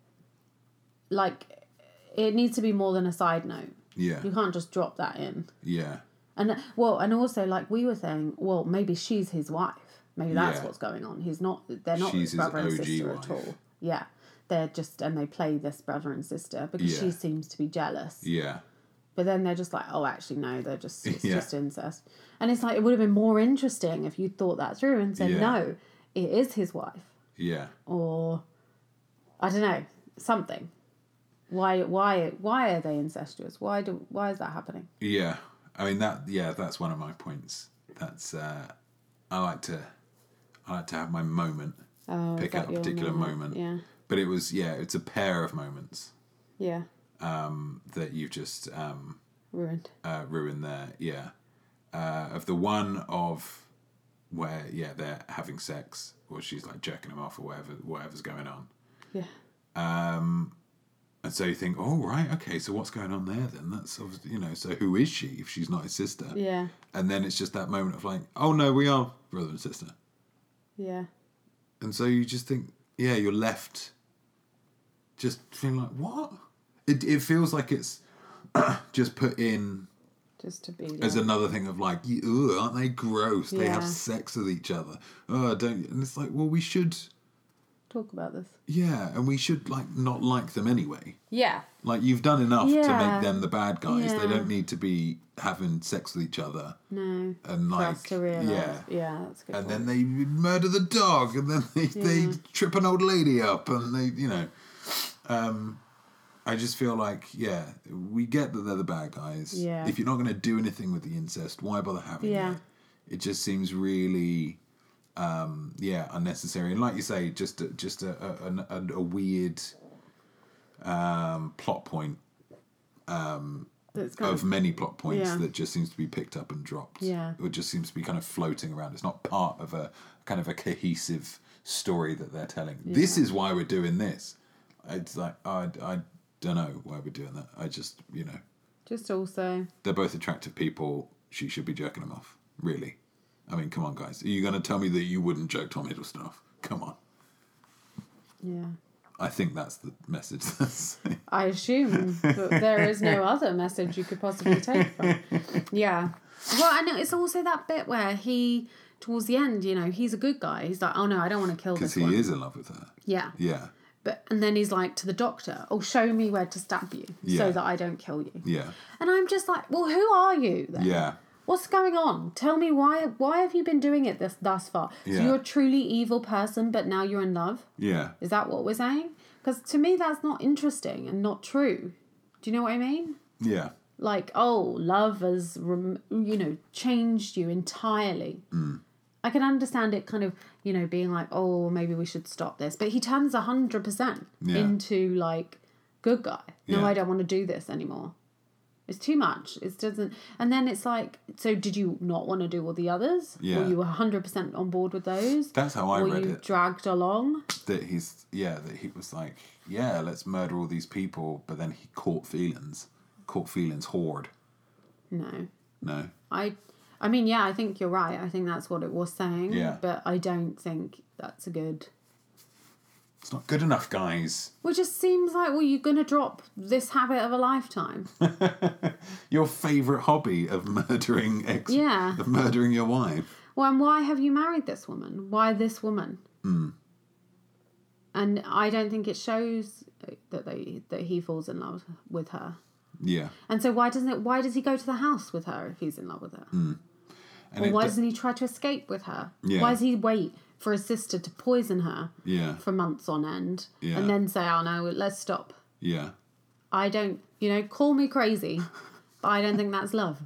[SPEAKER 2] like it needs to be more than a side note
[SPEAKER 1] Yeah.
[SPEAKER 2] you can't just drop that in
[SPEAKER 1] Yeah.
[SPEAKER 2] and well, and also like we were saying, well, maybe she's his wife. Maybe that's
[SPEAKER 1] Yeah.
[SPEAKER 2] what's going on. He's not. They're not
[SPEAKER 1] She's his
[SPEAKER 2] brother and
[SPEAKER 1] OG
[SPEAKER 2] sister
[SPEAKER 1] wife.
[SPEAKER 2] at all. Yeah, they're just and they play this brother and sister because
[SPEAKER 1] Yeah.
[SPEAKER 2] she seems to be jealous.
[SPEAKER 1] Yeah.
[SPEAKER 2] But then they're just like, oh, actually no,
[SPEAKER 1] [laughs]
[SPEAKER 2] they're just it's
[SPEAKER 1] Yeah.
[SPEAKER 2] just incest. And it's like it would have been more interesting if you thought that through and said,
[SPEAKER 1] Yeah.
[SPEAKER 2] no, it is his wife
[SPEAKER 1] Yeah.
[SPEAKER 2] or I don't know something. Why why why are they incestuous? Why do why is that happening?
[SPEAKER 1] Yeah, I mean that. Yeah, that's one of my points. That's uh, I like to, I like to have my moment,
[SPEAKER 2] Oh, is
[SPEAKER 1] pick
[SPEAKER 2] that
[SPEAKER 1] out a
[SPEAKER 2] your
[SPEAKER 1] particular moment.
[SPEAKER 2] Yeah.
[SPEAKER 1] But it was yeah, it's a pair of moments
[SPEAKER 2] Yeah.
[SPEAKER 1] um, that you've just um,
[SPEAKER 2] Ruined.
[SPEAKER 1] uh, ruined there. Yeah, uh, of the one of where yeah they're having sex or she's like jerking him off or whatever whatever's going on.
[SPEAKER 2] Yeah.
[SPEAKER 1] And so you think, oh right, okay, so what's going on there then? That's obviously, you know, so who is she if she's not his sister?
[SPEAKER 2] Yeah.
[SPEAKER 1] And then it's just that moment of like, oh no, we are brother and sister.
[SPEAKER 2] Yeah.
[SPEAKER 1] And so you just think, yeah, you're left just feeling like, what? It, it feels like it's [clears throat] just put in
[SPEAKER 2] Just to be
[SPEAKER 1] as
[SPEAKER 2] like-
[SPEAKER 1] another thing of like, "You- ugh, aren't they gross? They have
[SPEAKER 2] Yeah.
[SPEAKER 1] sex with each other. Oh, don't. And it's like, well, we should,
[SPEAKER 2] talk about this.
[SPEAKER 1] yeah, and we should like not like them anyway.
[SPEAKER 2] Yeah.
[SPEAKER 1] Like you've done enough to
[SPEAKER 2] Yeah.
[SPEAKER 1] make them the bad guys. They
[SPEAKER 2] Yeah.
[SPEAKER 1] don't need to be having sex with each other
[SPEAKER 2] No.
[SPEAKER 1] and
[SPEAKER 2] For
[SPEAKER 1] Uh, like
[SPEAKER 2] us to realise.
[SPEAKER 1] yeah.
[SPEAKER 2] Yeah. yeah, that's a good.
[SPEAKER 1] And then
[SPEAKER 2] point.
[SPEAKER 1] they murder the dog, and then they,
[SPEAKER 2] Hmm.
[SPEAKER 1] they trip an old lady up, and they you know, um, I just feel like yeah, we get that they're the bad guys.
[SPEAKER 2] Yeah.
[SPEAKER 1] If you're not going to do anything with the incest, why bother having
[SPEAKER 2] Yeah.
[SPEAKER 1] it? It just seems really. Um, yeah, unnecessary, and like you say, just a, just a a, an- a, a weird um, plot point
[SPEAKER 2] That's kind
[SPEAKER 1] of
[SPEAKER 2] of,
[SPEAKER 1] many plot points
[SPEAKER 2] Hmm. Yeah.
[SPEAKER 1] that just seems to be picked up and dropped.
[SPEAKER 2] Yeah.
[SPEAKER 1] Or just seems to be kind of floating around. It's not part of a kind of a cohesive story that they're telling. This is why we're doing this. It's like, I, I don't know why we're doing that. I just, you know,
[SPEAKER 2] just also
[SPEAKER 1] they're both attractive people. She should be jerking them off. Really. I mean, come on, guys. Are you going to tell me that you wouldn't jerk Tom Hiddleston off? Come on.
[SPEAKER 2] yeah.
[SPEAKER 1] I think that's the message. [laughs] That's
[SPEAKER 2] I assume that there
[SPEAKER 1] [laughs]
[SPEAKER 2] is no other message you could possibly take from. Yeah. Well, I know it's also that bit where he towards the end, you know, he's a good guy. He's like, "Oh no, I don't want to kill
[SPEAKER 1] because
[SPEAKER 2] this
[SPEAKER 1] he
[SPEAKER 2] one."
[SPEAKER 1] is in love with her.
[SPEAKER 2] Yeah.
[SPEAKER 1] Yeah.
[SPEAKER 2] But and then he's like to the doctor, "Oh, show me where to stab you
[SPEAKER 1] Yeah.
[SPEAKER 2] so that I don't kill you."
[SPEAKER 1] Yeah.
[SPEAKER 2] And I'm just like, "Well, who are you then?
[SPEAKER 1] Yeah.
[SPEAKER 2] What's going on? Tell me why why have you been doing it this thus far?
[SPEAKER 1] Yeah.
[SPEAKER 2] So you're a truly evil person, but now you're in love?
[SPEAKER 1] Yeah.
[SPEAKER 2] Is that what we're saying? Because to me, that's not interesting and not true. Do you know what I mean?
[SPEAKER 1] Yeah.
[SPEAKER 2] Like, oh, love has, rem- you know, changed you entirely.
[SPEAKER 1] Mm.
[SPEAKER 2] I can understand it kind of, you know, being like, oh, maybe we should stop this. But he turns 100%
[SPEAKER 1] Yeah.
[SPEAKER 2] into like, good guy. No,
[SPEAKER 1] Yeah.
[SPEAKER 2] I don't want to do this anymore. It's too much. It doesn't. And then it's like, so did you not want to do all the others?
[SPEAKER 1] Yeah.
[SPEAKER 2] Were you 100% on board with those?
[SPEAKER 1] That's how I
[SPEAKER 2] Were
[SPEAKER 1] read
[SPEAKER 2] you
[SPEAKER 1] it.
[SPEAKER 2] dragged along?
[SPEAKER 1] that he's yeah that he was like yeah let's murder all these people but then he caught feelings caught feelings hoard
[SPEAKER 2] No.
[SPEAKER 1] no
[SPEAKER 2] I I mean, yeah, I think you're right. I think that's what it was saying.
[SPEAKER 1] Yeah.
[SPEAKER 2] But I don't think that's a good.
[SPEAKER 1] it's not good enough guys
[SPEAKER 2] Well, it just seems like, well, you're going to drop this habit of
[SPEAKER 1] [laughs]
[SPEAKER 2] a lifetime.
[SPEAKER 1] your favorite hobby of [laughs] murdering ex
[SPEAKER 2] Yeah.
[SPEAKER 1] of murdering your wife
[SPEAKER 2] well, and why have you married this woman? Why this woman?
[SPEAKER 1] Hmm.
[SPEAKER 2] And I don't think it shows that they that he falls in love with her.
[SPEAKER 1] yeah
[SPEAKER 2] And so why doesn't it? Why does he go to the house with her if he's in love with her?
[SPEAKER 1] and
[SPEAKER 2] Or
[SPEAKER 1] Hmm. it
[SPEAKER 2] why
[SPEAKER 1] d-
[SPEAKER 2] doesn't he try to escape with her?
[SPEAKER 1] Yeah.
[SPEAKER 2] Why does he wait for his sister to poison her
[SPEAKER 1] yeah
[SPEAKER 2] for months on end
[SPEAKER 1] Yeah.
[SPEAKER 2] and then say, "Oh no, let's stop"?
[SPEAKER 1] yeah
[SPEAKER 2] I don't, you know, call me crazy, but I don't think that's love.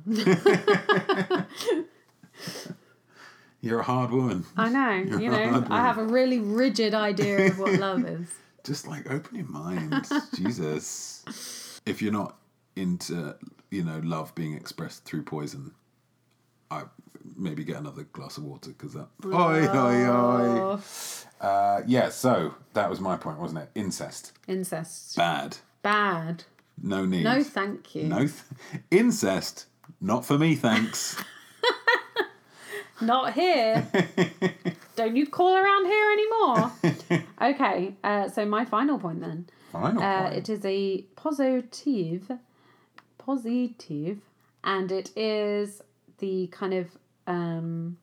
[SPEAKER 1] you're a hard woman
[SPEAKER 2] [laughs] I know,
[SPEAKER 1] [laughs]
[SPEAKER 2] you know, I have a really rigid idea of what love is.
[SPEAKER 1] just like open your
[SPEAKER 2] [laughs]
[SPEAKER 1] mind jesus if you're not into you know love being expressed through poison i maybe get another glass of water because that [laughs] oi oi oi
[SPEAKER 2] Oh,
[SPEAKER 1] Uh, yeah, so that was my point, wasn't it? Incest.
[SPEAKER 2] incest.
[SPEAKER 1] Bad.
[SPEAKER 2] Bad.
[SPEAKER 1] No need.
[SPEAKER 2] No, thank you.
[SPEAKER 1] No th- incest. Not for me,
[SPEAKER 2] [laughs]
[SPEAKER 1] thanks. [laughs]
[SPEAKER 2] Not here. don't you call around here anymore. Okay, uh, so my final point then.
[SPEAKER 1] Final
[SPEAKER 2] Uh,
[SPEAKER 1] point.
[SPEAKER 2] it is a positive, positive, and it is the kind of um.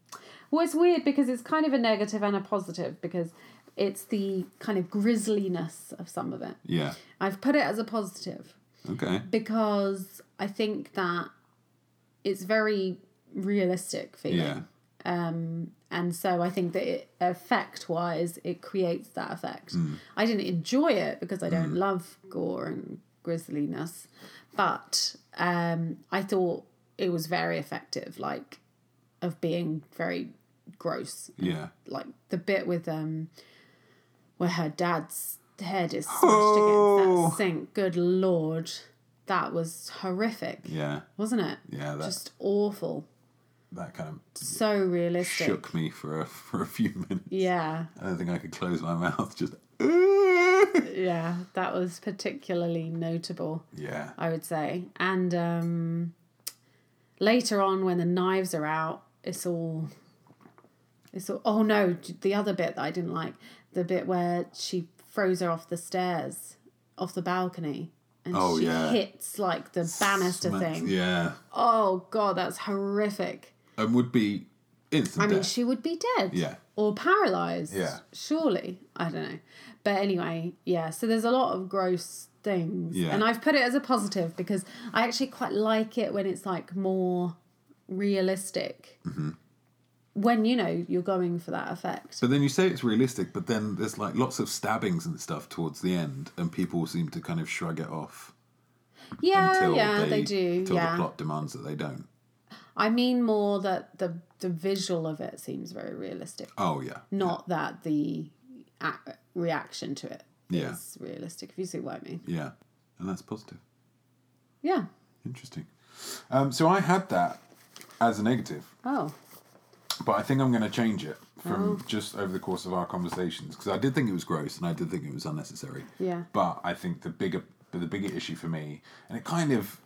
[SPEAKER 2] Well, it's weird because it's kind of a negative and a positive because it's the kind of grisliness of some of it.
[SPEAKER 1] Yeah.
[SPEAKER 2] I've put it as a positive [laughs]
[SPEAKER 1] Okay.
[SPEAKER 2] because I think that it's very realistic feeling.
[SPEAKER 1] Yeah.
[SPEAKER 2] And so I think that it, effect
[SPEAKER 1] Mm.
[SPEAKER 2] wise, it creates that effect. I didn't enjoy it because I don't love gore and grisliness, but um, I thought it was very effective, like of being very gross.
[SPEAKER 1] Yeah.
[SPEAKER 2] Like the bit with um, where her dad's head is smashed
[SPEAKER 1] Oh.
[SPEAKER 2] against that sink. Good lord, that was horrific,
[SPEAKER 1] Yeah.
[SPEAKER 2] wasn't it?
[SPEAKER 1] Yeah, that-
[SPEAKER 2] just awful.
[SPEAKER 1] That kind of
[SPEAKER 2] So realistic.
[SPEAKER 1] shook me for a, for a few [laughs] minutes.
[SPEAKER 2] Yeah,
[SPEAKER 1] I don't think I could close my [laughs] mouth. Just
[SPEAKER 2] yeah, that was particularly notable.
[SPEAKER 1] yeah,
[SPEAKER 2] I would say. And um, later on, when the knives are out, it's all. It's all. Oh no! The other bit that I didn't like, the bit where she throws her off the stairs, off the balcony, and
[SPEAKER 1] Oh,
[SPEAKER 2] she
[SPEAKER 1] yeah.
[SPEAKER 2] hits like the banister
[SPEAKER 1] Smacks-
[SPEAKER 2] thing.
[SPEAKER 1] Yeah,
[SPEAKER 2] Oh god, that's horrific.
[SPEAKER 1] and would be instant.
[SPEAKER 2] I mean,
[SPEAKER 1] death.
[SPEAKER 2] she would be dead.
[SPEAKER 1] Yeah.
[SPEAKER 2] Or paralyzed.
[SPEAKER 1] Yeah.
[SPEAKER 2] Surely. I don't know. But anyway, yeah. So there's a lot of gross things.
[SPEAKER 1] Yeah.
[SPEAKER 2] And I've put it as a positive because I actually quite like it when it's like more realistic.
[SPEAKER 1] Mm-hmm.
[SPEAKER 2] When, you know, you're going for that effect.
[SPEAKER 1] So then you say it's realistic, but then there's like lots of stabbings and stuff towards the end, and people seem to kind of shrug it off
[SPEAKER 2] Yeah,
[SPEAKER 1] until
[SPEAKER 2] yeah,
[SPEAKER 1] they,
[SPEAKER 2] they, do.
[SPEAKER 1] until the
[SPEAKER 2] Yeah.
[SPEAKER 1] plot demands that they don't.
[SPEAKER 2] I mean more that the the visual of it seems very realistic.
[SPEAKER 1] Oh yeah,
[SPEAKER 2] Not that the ac reaction to it is
[SPEAKER 1] Yeah.
[SPEAKER 2] realistic, if you see what I mean.
[SPEAKER 1] yeah, and that's positive.
[SPEAKER 2] Yeah.
[SPEAKER 1] Interesting. Um, so I had that as a negative,
[SPEAKER 2] Oh.
[SPEAKER 1] but I think I'm going to change it from just over the course of our conversations because I did think it was gross and I did think it was unnecessary.
[SPEAKER 2] Yeah.
[SPEAKER 1] But I think the bigger the bigger issue for me, and it kind of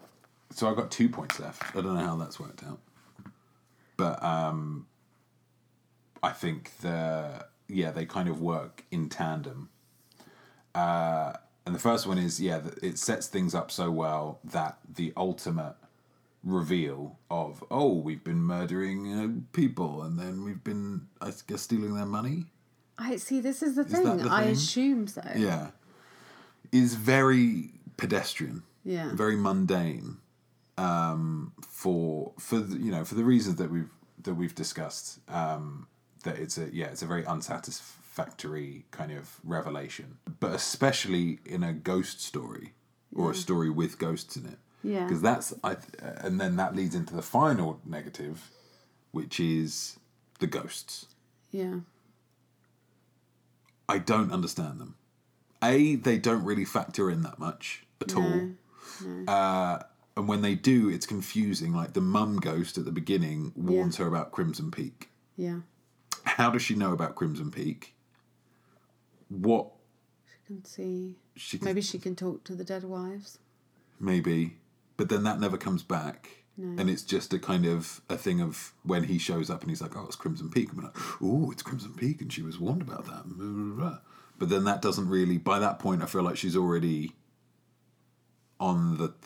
[SPEAKER 1] so I've got two points left. I don't know how that's worked out, but um, I think the yeah they kind of work in tandem. Uh, and the first one is yeah that it sets things up so well that the ultimate reveal of oh we've been murdering uh, people and then we've been I guess stealing their money
[SPEAKER 2] I see. This is the
[SPEAKER 1] that
[SPEAKER 2] thing.
[SPEAKER 1] the
[SPEAKER 2] I
[SPEAKER 1] thing?
[SPEAKER 2] assume so.
[SPEAKER 1] yeah is very pedestrian
[SPEAKER 2] Yeah.
[SPEAKER 1] very mundane um for for the, you know for the reasons that we've that we've discussed um that it's a yeah it's a very unsatisfactory kind of revelation but especially in a ghost story or a story with ghosts in it
[SPEAKER 2] Yeah.
[SPEAKER 1] because that's i th- and then that leads into the final negative which is the ghosts
[SPEAKER 2] Yeah.
[SPEAKER 1] I don't understand them. A, they don't really factor in that much at all. Uh, and when they do, it's confusing. Like the mum ghost at the beginning warns her about Crimson Peak.
[SPEAKER 2] Yeah.
[SPEAKER 1] How does she know about Crimson Peak? What
[SPEAKER 2] Can see.
[SPEAKER 1] she can,
[SPEAKER 2] Maybe she can talk to the dead wives.
[SPEAKER 1] maybe, but then that never comes back. And it's just a kind of a thing of when he shows up and he's like, "Oh, it's Crimson Peak," and we're like, "Oh, it's Crimson Peak," and she was warned about that. blah, blah, blah. But then that doesn't really. By that point, I feel like she's already on the th-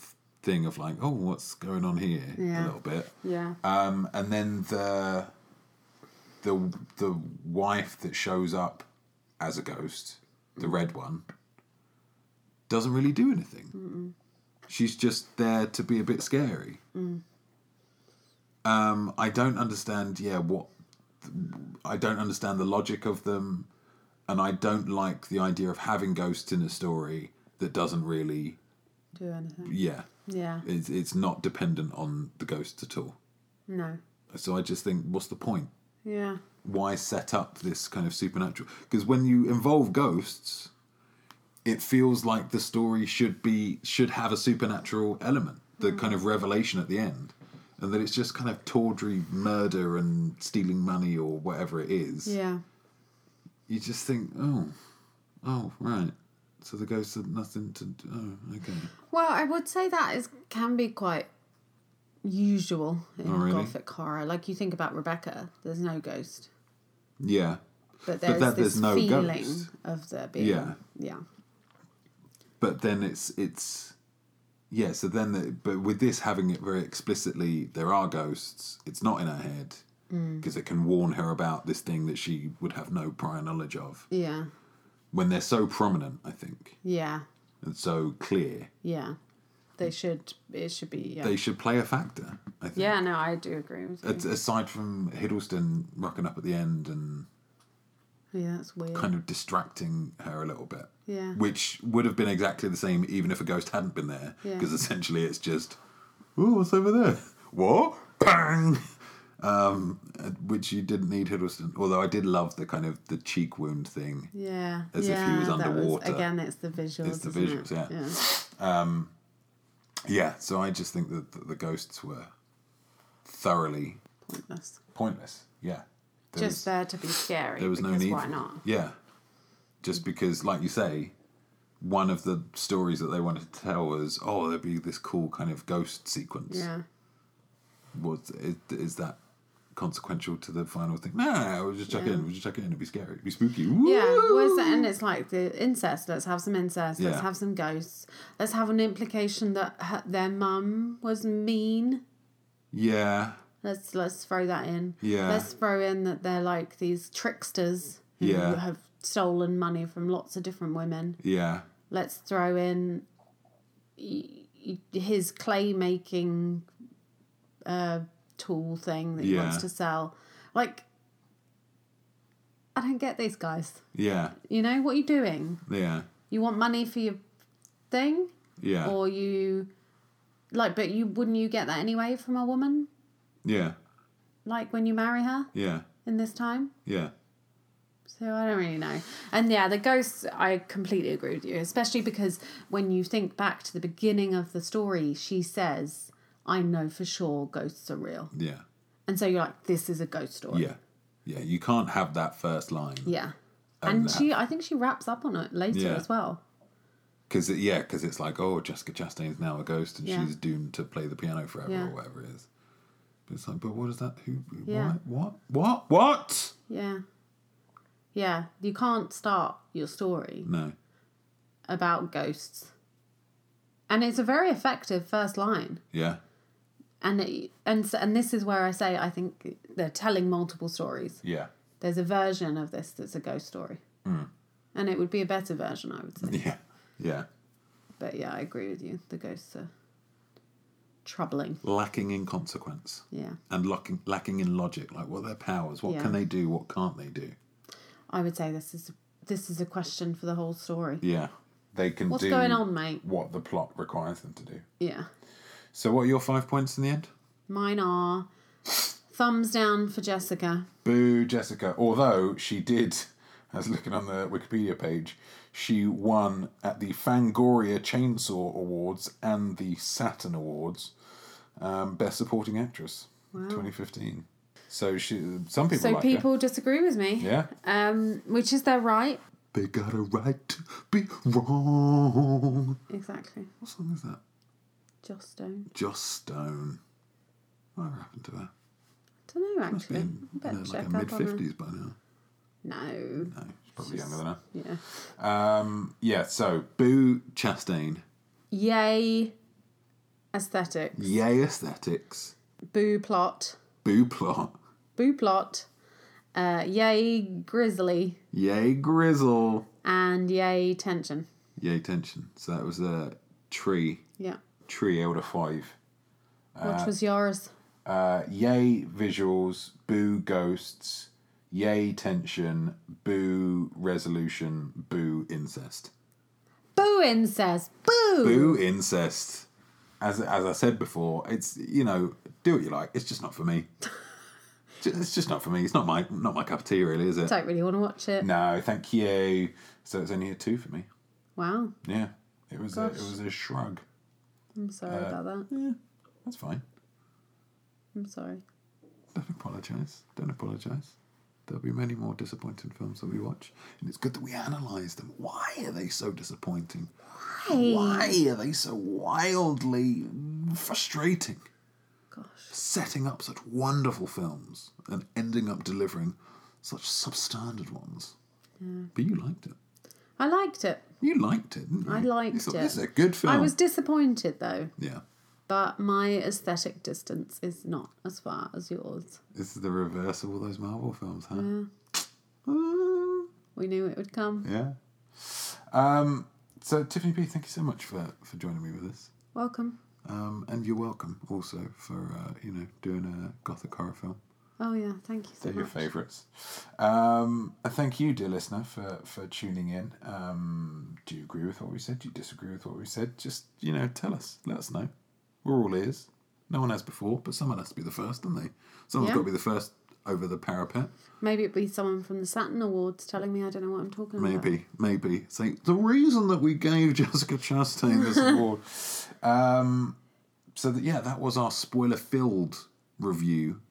[SPEAKER 1] thing of like, "Oh, what's going on here?" A
[SPEAKER 2] Yeah.
[SPEAKER 1] little bit.
[SPEAKER 2] Yeah.
[SPEAKER 1] Um, and then the the the wife that shows up as a ghost, the red one, doesn't really do anything. She's just there to be a bit scary. Um, I don't understand. Yeah, what I don't understand the logic of them, and I don't like the idea of having ghosts in a story that doesn't really.
[SPEAKER 2] Do anything.
[SPEAKER 1] Yeah,
[SPEAKER 2] Yeah.
[SPEAKER 1] it's it's not dependent on the ghosts at all.
[SPEAKER 2] No.
[SPEAKER 1] So I just think, what's the point?
[SPEAKER 2] Yeah.
[SPEAKER 1] Why set up this kind of supernatural? Because when you involve ghosts, it feels like the story should be should have a supernatural element, the kind of revelation at the end, and that it's just kind of tawdry murder and stealing money or whatever it is.
[SPEAKER 2] Yeah.
[SPEAKER 1] You just think, oh, oh, right. So the ghosts had nothing to. do. Oh, okay.
[SPEAKER 2] Well, I would say that is can be quite usual in
[SPEAKER 1] Oh, really?
[SPEAKER 2] gothic horror. Like you think about Rebecca, there's no ghost,
[SPEAKER 1] Yeah,
[SPEAKER 2] but there's
[SPEAKER 1] that
[SPEAKER 2] this
[SPEAKER 1] there's no
[SPEAKER 2] feeling
[SPEAKER 1] ghost.
[SPEAKER 2] of there being.
[SPEAKER 1] Yeah.
[SPEAKER 2] Yeah.
[SPEAKER 1] but then it's it's yeah so then the, but with this having it very explicitly there are ghosts it's not in her head
[SPEAKER 2] Mm.
[SPEAKER 1] because it can warn her about this thing that she would have no prior knowledge of
[SPEAKER 2] Yeah.
[SPEAKER 1] when they're so prominent i think
[SPEAKER 2] Yeah.
[SPEAKER 1] and so clear
[SPEAKER 2] Yeah. They should. It should be. Yeah.
[SPEAKER 1] they Uh, should play a factor i think
[SPEAKER 2] yeah. No, I do agree with you.
[SPEAKER 1] It's- aside from hiddleston rocking up at the end and
[SPEAKER 2] Yeah, that's weird.
[SPEAKER 1] kind of distracting her a little bit.
[SPEAKER 2] Yeah.
[SPEAKER 1] Which would have been exactly the same even if a ghost hadn't been there.
[SPEAKER 2] Yeah.
[SPEAKER 1] Because essentially it's just, oh, what's over there? [laughs] What? Bang! Um, uh, which you didn't need Hiddleston. Although I did love the kind of the cheek wound thing.
[SPEAKER 2] yeah.
[SPEAKER 1] As if he
[SPEAKER 2] yeah,
[SPEAKER 1] was
[SPEAKER 2] that
[SPEAKER 1] underwater.
[SPEAKER 2] again, it's the visuals.
[SPEAKER 1] It's the
[SPEAKER 2] isn't it?
[SPEAKER 1] visuals, yeah. Yeah, so I just think that the, the ghosts were thoroughly
[SPEAKER 2] Pointless.
[SPEAKER 1] pointless. Yeah. There
[SPEAKER 2] Just
[SPEAKER 1] was,
[SPEAKER 2] there to be scary.
[SPEAKER 1] there was no
[SPEAKER 2] because
[SPEAKER 1] need.
[SPEAKER 2] Why
[SPEAKER 1] for-
[SPEAKER 2] not?
[SPEAKER 1] Yeah. Just because, like you say, one of the stories that they wanted to tell was, oh, there'd be this cool kind of ghost sequence.
[SPEAKER 2] Yeah.
[SPEAKER 1] Was is, is that consequential to the final thing? No, no, no, we'll just chuck it in. We'll just chuck it in. It'd be scary. It'd be spooky. Woo!
[SPEAKER 2] Yeah, where's the, and it's like the incest. Let's have some incest. Let's
[SPEAKER 1] Yeah.
[SPEAKER 2] have some ghosts. Let's have an implication that her, their mum was mean.
[SPEAKER 1] Yeah.
[SPEAKER 2] Let's let's throw that in.
[SPEAKER 1] Yeah.
[SPEAKER 2] Let's throw in that they're like these tricksters who
[SPEAKER 1] Yeah.
[SPEAKER 2] have stolen money from lots of different women.
[SPEAKER 1] Yeah.
[SPEAKER 2] Let's throw in y- y- his clay making uh, tool thing that he wants
[SPEAKER 1] Yeah.
[SPEAKER 2] to sell. Like, I don't get these guys.
[SPEAKER 1] Yeah.
[SPEAKER 2] You know what are you doing?
[SPEAKER 1] Yeah.
[SPEAKER 2] you want money for your thing
[SPEAKER 1] Yeah.
[SPEAKER 2] or you like but you wouldn't you get that anyway from a woman
[SPEAKER 1] yeah.
[SPEAKER 2] like when you marry her
[SPEAKER 1] Yeah.
[SPEAKER 2] in this time
[SPEAKER 1] Yeah.
[SPEAKER 2] so i don't really know and yeah the ghosts i completely agree with you especially because when you think back to the beginning of the story she says i know for sure ghosts are real
[SPEAKER 1] Yeah.
[SPEAKER 2] and so you're like this is a ghost story
[SPEAKER 1] Yeah. Yeah. You can't have that first line.
[SPEAKER 2] yeah
[SPEAKER 1] And
[SPEAKER 2] and
[SPEAKER 1] that-
[SPEAKER 2] she i think she wraps up on it later
[SPEAKER 1] Yeah.
[SPEAKER 2] as well
[SPEAKER 1] Because it, yeah, because it's like, oh, Jessica Chastain's now a ghost, and
[SPEAKER 2] Yeah.
[SPEAKER 1] she's doomed to play the piano forever,
[SPEAKER 2] Yeah.
[SPEAKER 1] or whatever it is. But it's like, but what is that? Who?
[SPEAKER 2] Yeah.
[SPEAKER 1] What? What? What? What?
[SPEAKER 2] yeah yeah you can't start your story
[SPEAKER 1] No.
[SPEAKER 2] about ghosts. And it's a very effective first line.
[SPEAKER 1] Yeah.
[SPEAKER 2] And it, and s- and this is where I say I think they're telling multiple stories.
[SPEAKER 1] Yeah.
[SPEAKER 2] There's a version of this that's a ghost story.
[SPEAKER 1] Hmm.
[SPEAKER 2] And it would be a better version, I would say.
[SPEAKER 1] Yeah. Yeah.
[SPEAKER 2] But yeah, I agree with you. The ghosts are troubling.
[SPEAKER 1] Lacking in consequence
[SPEAKER 2] Yeah.
[SPEAKER 1] and lacking lacking in logic. Like, what are their powers? What
[SPEAKER 2] Yeah.
[SPEAKER 1] can they do? What can't they do?
[SPEAKER 2] I would say this is this is a question for the whole story.
[SPEAKER 1] Yeah. They can
[SPEAKER 2] What's
[SPEAKER 1] do
[SPEAKER 2] going on, mate?
[SPEAKER 1] what the plot requires them to do.
[SPEAKER 2] Yeah.
[SPEAKER 1] So, what are your five points in the end?
[SPEAKER 2] Mine are thumbs down for Jessica.
[SPEAKER 1] Boo, Jessica. Although she did, [laughs] I was looking on the Wikipedia page, she won at the Fangoria Chainsaw Awards and the Saturn Awards, um, Best Supporting Actress, 2015. So she, some people
[SPEAKER 2] So
[SPEAKER 1] like her.
[SPEAKER 2] people disagree with me.
[SPEAKER 1] Yeah.
[SPEAKER 2] Um, which is their right.
[SPEAKER 1] They got a right to be wrong.
[SPEAKER 2] Exactly.
[SPEAKER 1] What song is that?
[SPEAKER 2] Joss Stone.
[SPEAKER 1] Joss Stone. What happened to her?
[SPEAKER 2] don't know
[SPEAKER 1] Must be
[SPEAKER 2] actually.
[SPEAKER 1] in,
[SPEAKER 2] I better
[SPEAKER 1] no, like
[SPEAKER 2] check
[SPEAKER 1] her
[SPEAKER 2] up
[SPEAKER 1] mid
[SPEAKER 2] on her.
[SPEAKER 1] 50s by now.
[SPEAKER 2] No.
[SPEAKER 1] No, she's probably younger than her.
[SPEAKER 2] Yeah.
[SPEAKER 1] Um, yeah, so Boo Chastain.
[SPEAKER 2] Yay. Aesthetic.
[SPEAKER 1] Yay aesthetics.
[SPEAKER 2] Boo plot.
[SPEAKER 1] Boo plot.
[SPEAKER 2] Boo plot. Uh, yay grizzly.
[SPEAKER 1] Yay grizzle.
[SPEAKER 2] And yay tension.
[SPEAKER 1] Yay tension. So that was a tree.
[SPEAKER 2] Yeah.
[SPEAKER 1] Tree out of five.
[SPEAKER 2] What was yours?
[SPEAKER 1] Uh, yay visuals. Boo ghosts. Yay tension. Boo resolution. Boo incest.
[SPEAKER 2] Boo incest. Boo.
[SPEAKER 1] Boo incest. As, as I said before, it's you know do what you like. It's just not for me. [laughs] Ju- It's just not for me. It's not my not my cup of tea, really, is it?
[SPEAKER 2] Don't really want to watch it.
[SPEAKER 1] No, thank you. So it's only a two for me.
[SPEAKER 2] Wow.
[SPEAKER 1] Yeah, it was a, it was a shrug.
[SPEAKER 2] I'm
[SPEAKER 1] Uh,
[SPEAKER 2] sorry about that.
[SPEAKER 1] That's fine.
[SPEAKER 2] I'm sorry.
[SPEAKER 1] Don't apologise. Don't apologise. There'll be many more disappointing films that we watch, and it's good that we analyse them. Why are they so disappointing?
[SPEAKER 2] Hey.
[SPEAKER 1] Why are they so wildly frustrating?
[SPEAKER 2] Gosh.
[SPEAKER 1] Setting up such wonderful films and ending up delivering such substandard ones. But you liked it.
[SPEAKER 2] I liked it.
[SPEAKER 1] You liked it. Didn't you?
[SPEAKER 2] I liked
[SPEAKER 1] You thought,
[SPEAKER 2] it.
[SPEAKER 1] This is a good film.
[SPEAKER 2] I was disappointed though.
[SPEAKER 1] yeah.
[SPEAKER 2] but my aesthetic distance is not as far as yours.
[SPEAKER 1] This is the reverse of all those Marvel films, huh?
[SPEAKER 2] We knew it would come.
[SPEAKER 1] Yeah. Um, so, Tiffany B, thank you so much for, for joining me with us.
[SPEAKER 2] Welcome.
[SPEAKER 1] Um, and you're welcome also for, uh, you know, doing a gothic horror film.
[SPEAKER 2] Oh yeah, thank you so
[SPEAKER 1] They're your
[SPEAKER 2] much.
[SPEAKER 1] favourites. Um, and thank you, dear listener, for, for tuning in. Um, do you agree with what we said? Do you disagree with what we said? Just, you know, tell us. Let us know. We're all ears. No one has before, but someone has to be the first, don't they? Someone's
[SPEAKER 2] Yeah.
[SPEAKER 1] got to be the first over the parapet.
[SPEAKER 2] Maybe it'd be someone from the Saturn Awards telling me I don't know what I'm talking about.
[SPEAKER 1] Maybe, maybe. It's like the reason that we gave [laughs] Jessica Chastain
[SPEAKER 2] [laughs]
[SPEAKER 1] this award. Um, so that, yeah, that was our spoiler-filled review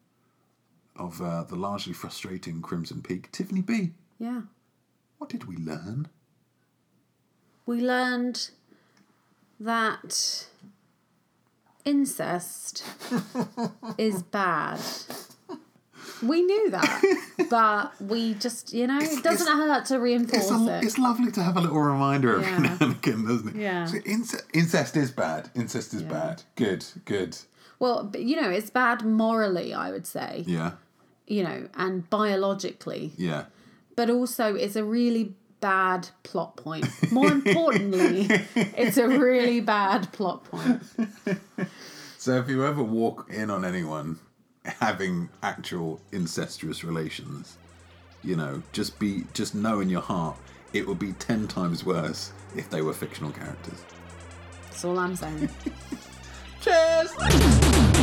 [SPEAKER 1] of uh, the largely frustrating Crimson Peak. Tiffany B,
[SPEAKER 2] Yeah.
[SPEAKER 1] what did we learn?
[SPEAKER 2] We learned that
[SPEAKER 1] [laughs]
[SPEAKER 2] incest is bad. We knew that, but we just, you know, it doesn't hurt to
[SPEAKER 1] It's,
[SPEAKER 2] reinforce
[SPEAKER 1] a,
[SPEAKER 2] it.
[SPEAKER 1] it's lovely to have a little reminder every
[SPEAKER 2] Yeah.
[SPEAKER 1] now and again, doesn't it?
[SPEAKER 2] Yeah.
[SPEAKER 1] So ince- incest is bad. Incest is
[SPEAKER 2] Yeah.
[SPEAKER 1] bad. Good, good.
[SPEAKER 2] Well, but, you know, it's bad morally, I would say,
[SPEAKER 1] Yeah,
[SPEAKER 2] you know, and biologically,
[SPEAKER 1] yeah.
[SPEAKER 2] but also it's a really bad plot point.
[SPEAKER 1] [laughs]
[SPEAKER 2] More importantly, it's a really bad plot point.
[SPEAKER 1] So if you ever walk in on anyone having actual incestuous relations, you know, just be just know in your heart it would be ten times worse if they were fictional characters.
[SPEAKER 2] That's all I'm saying.
[SPEAKER 1] Cheers!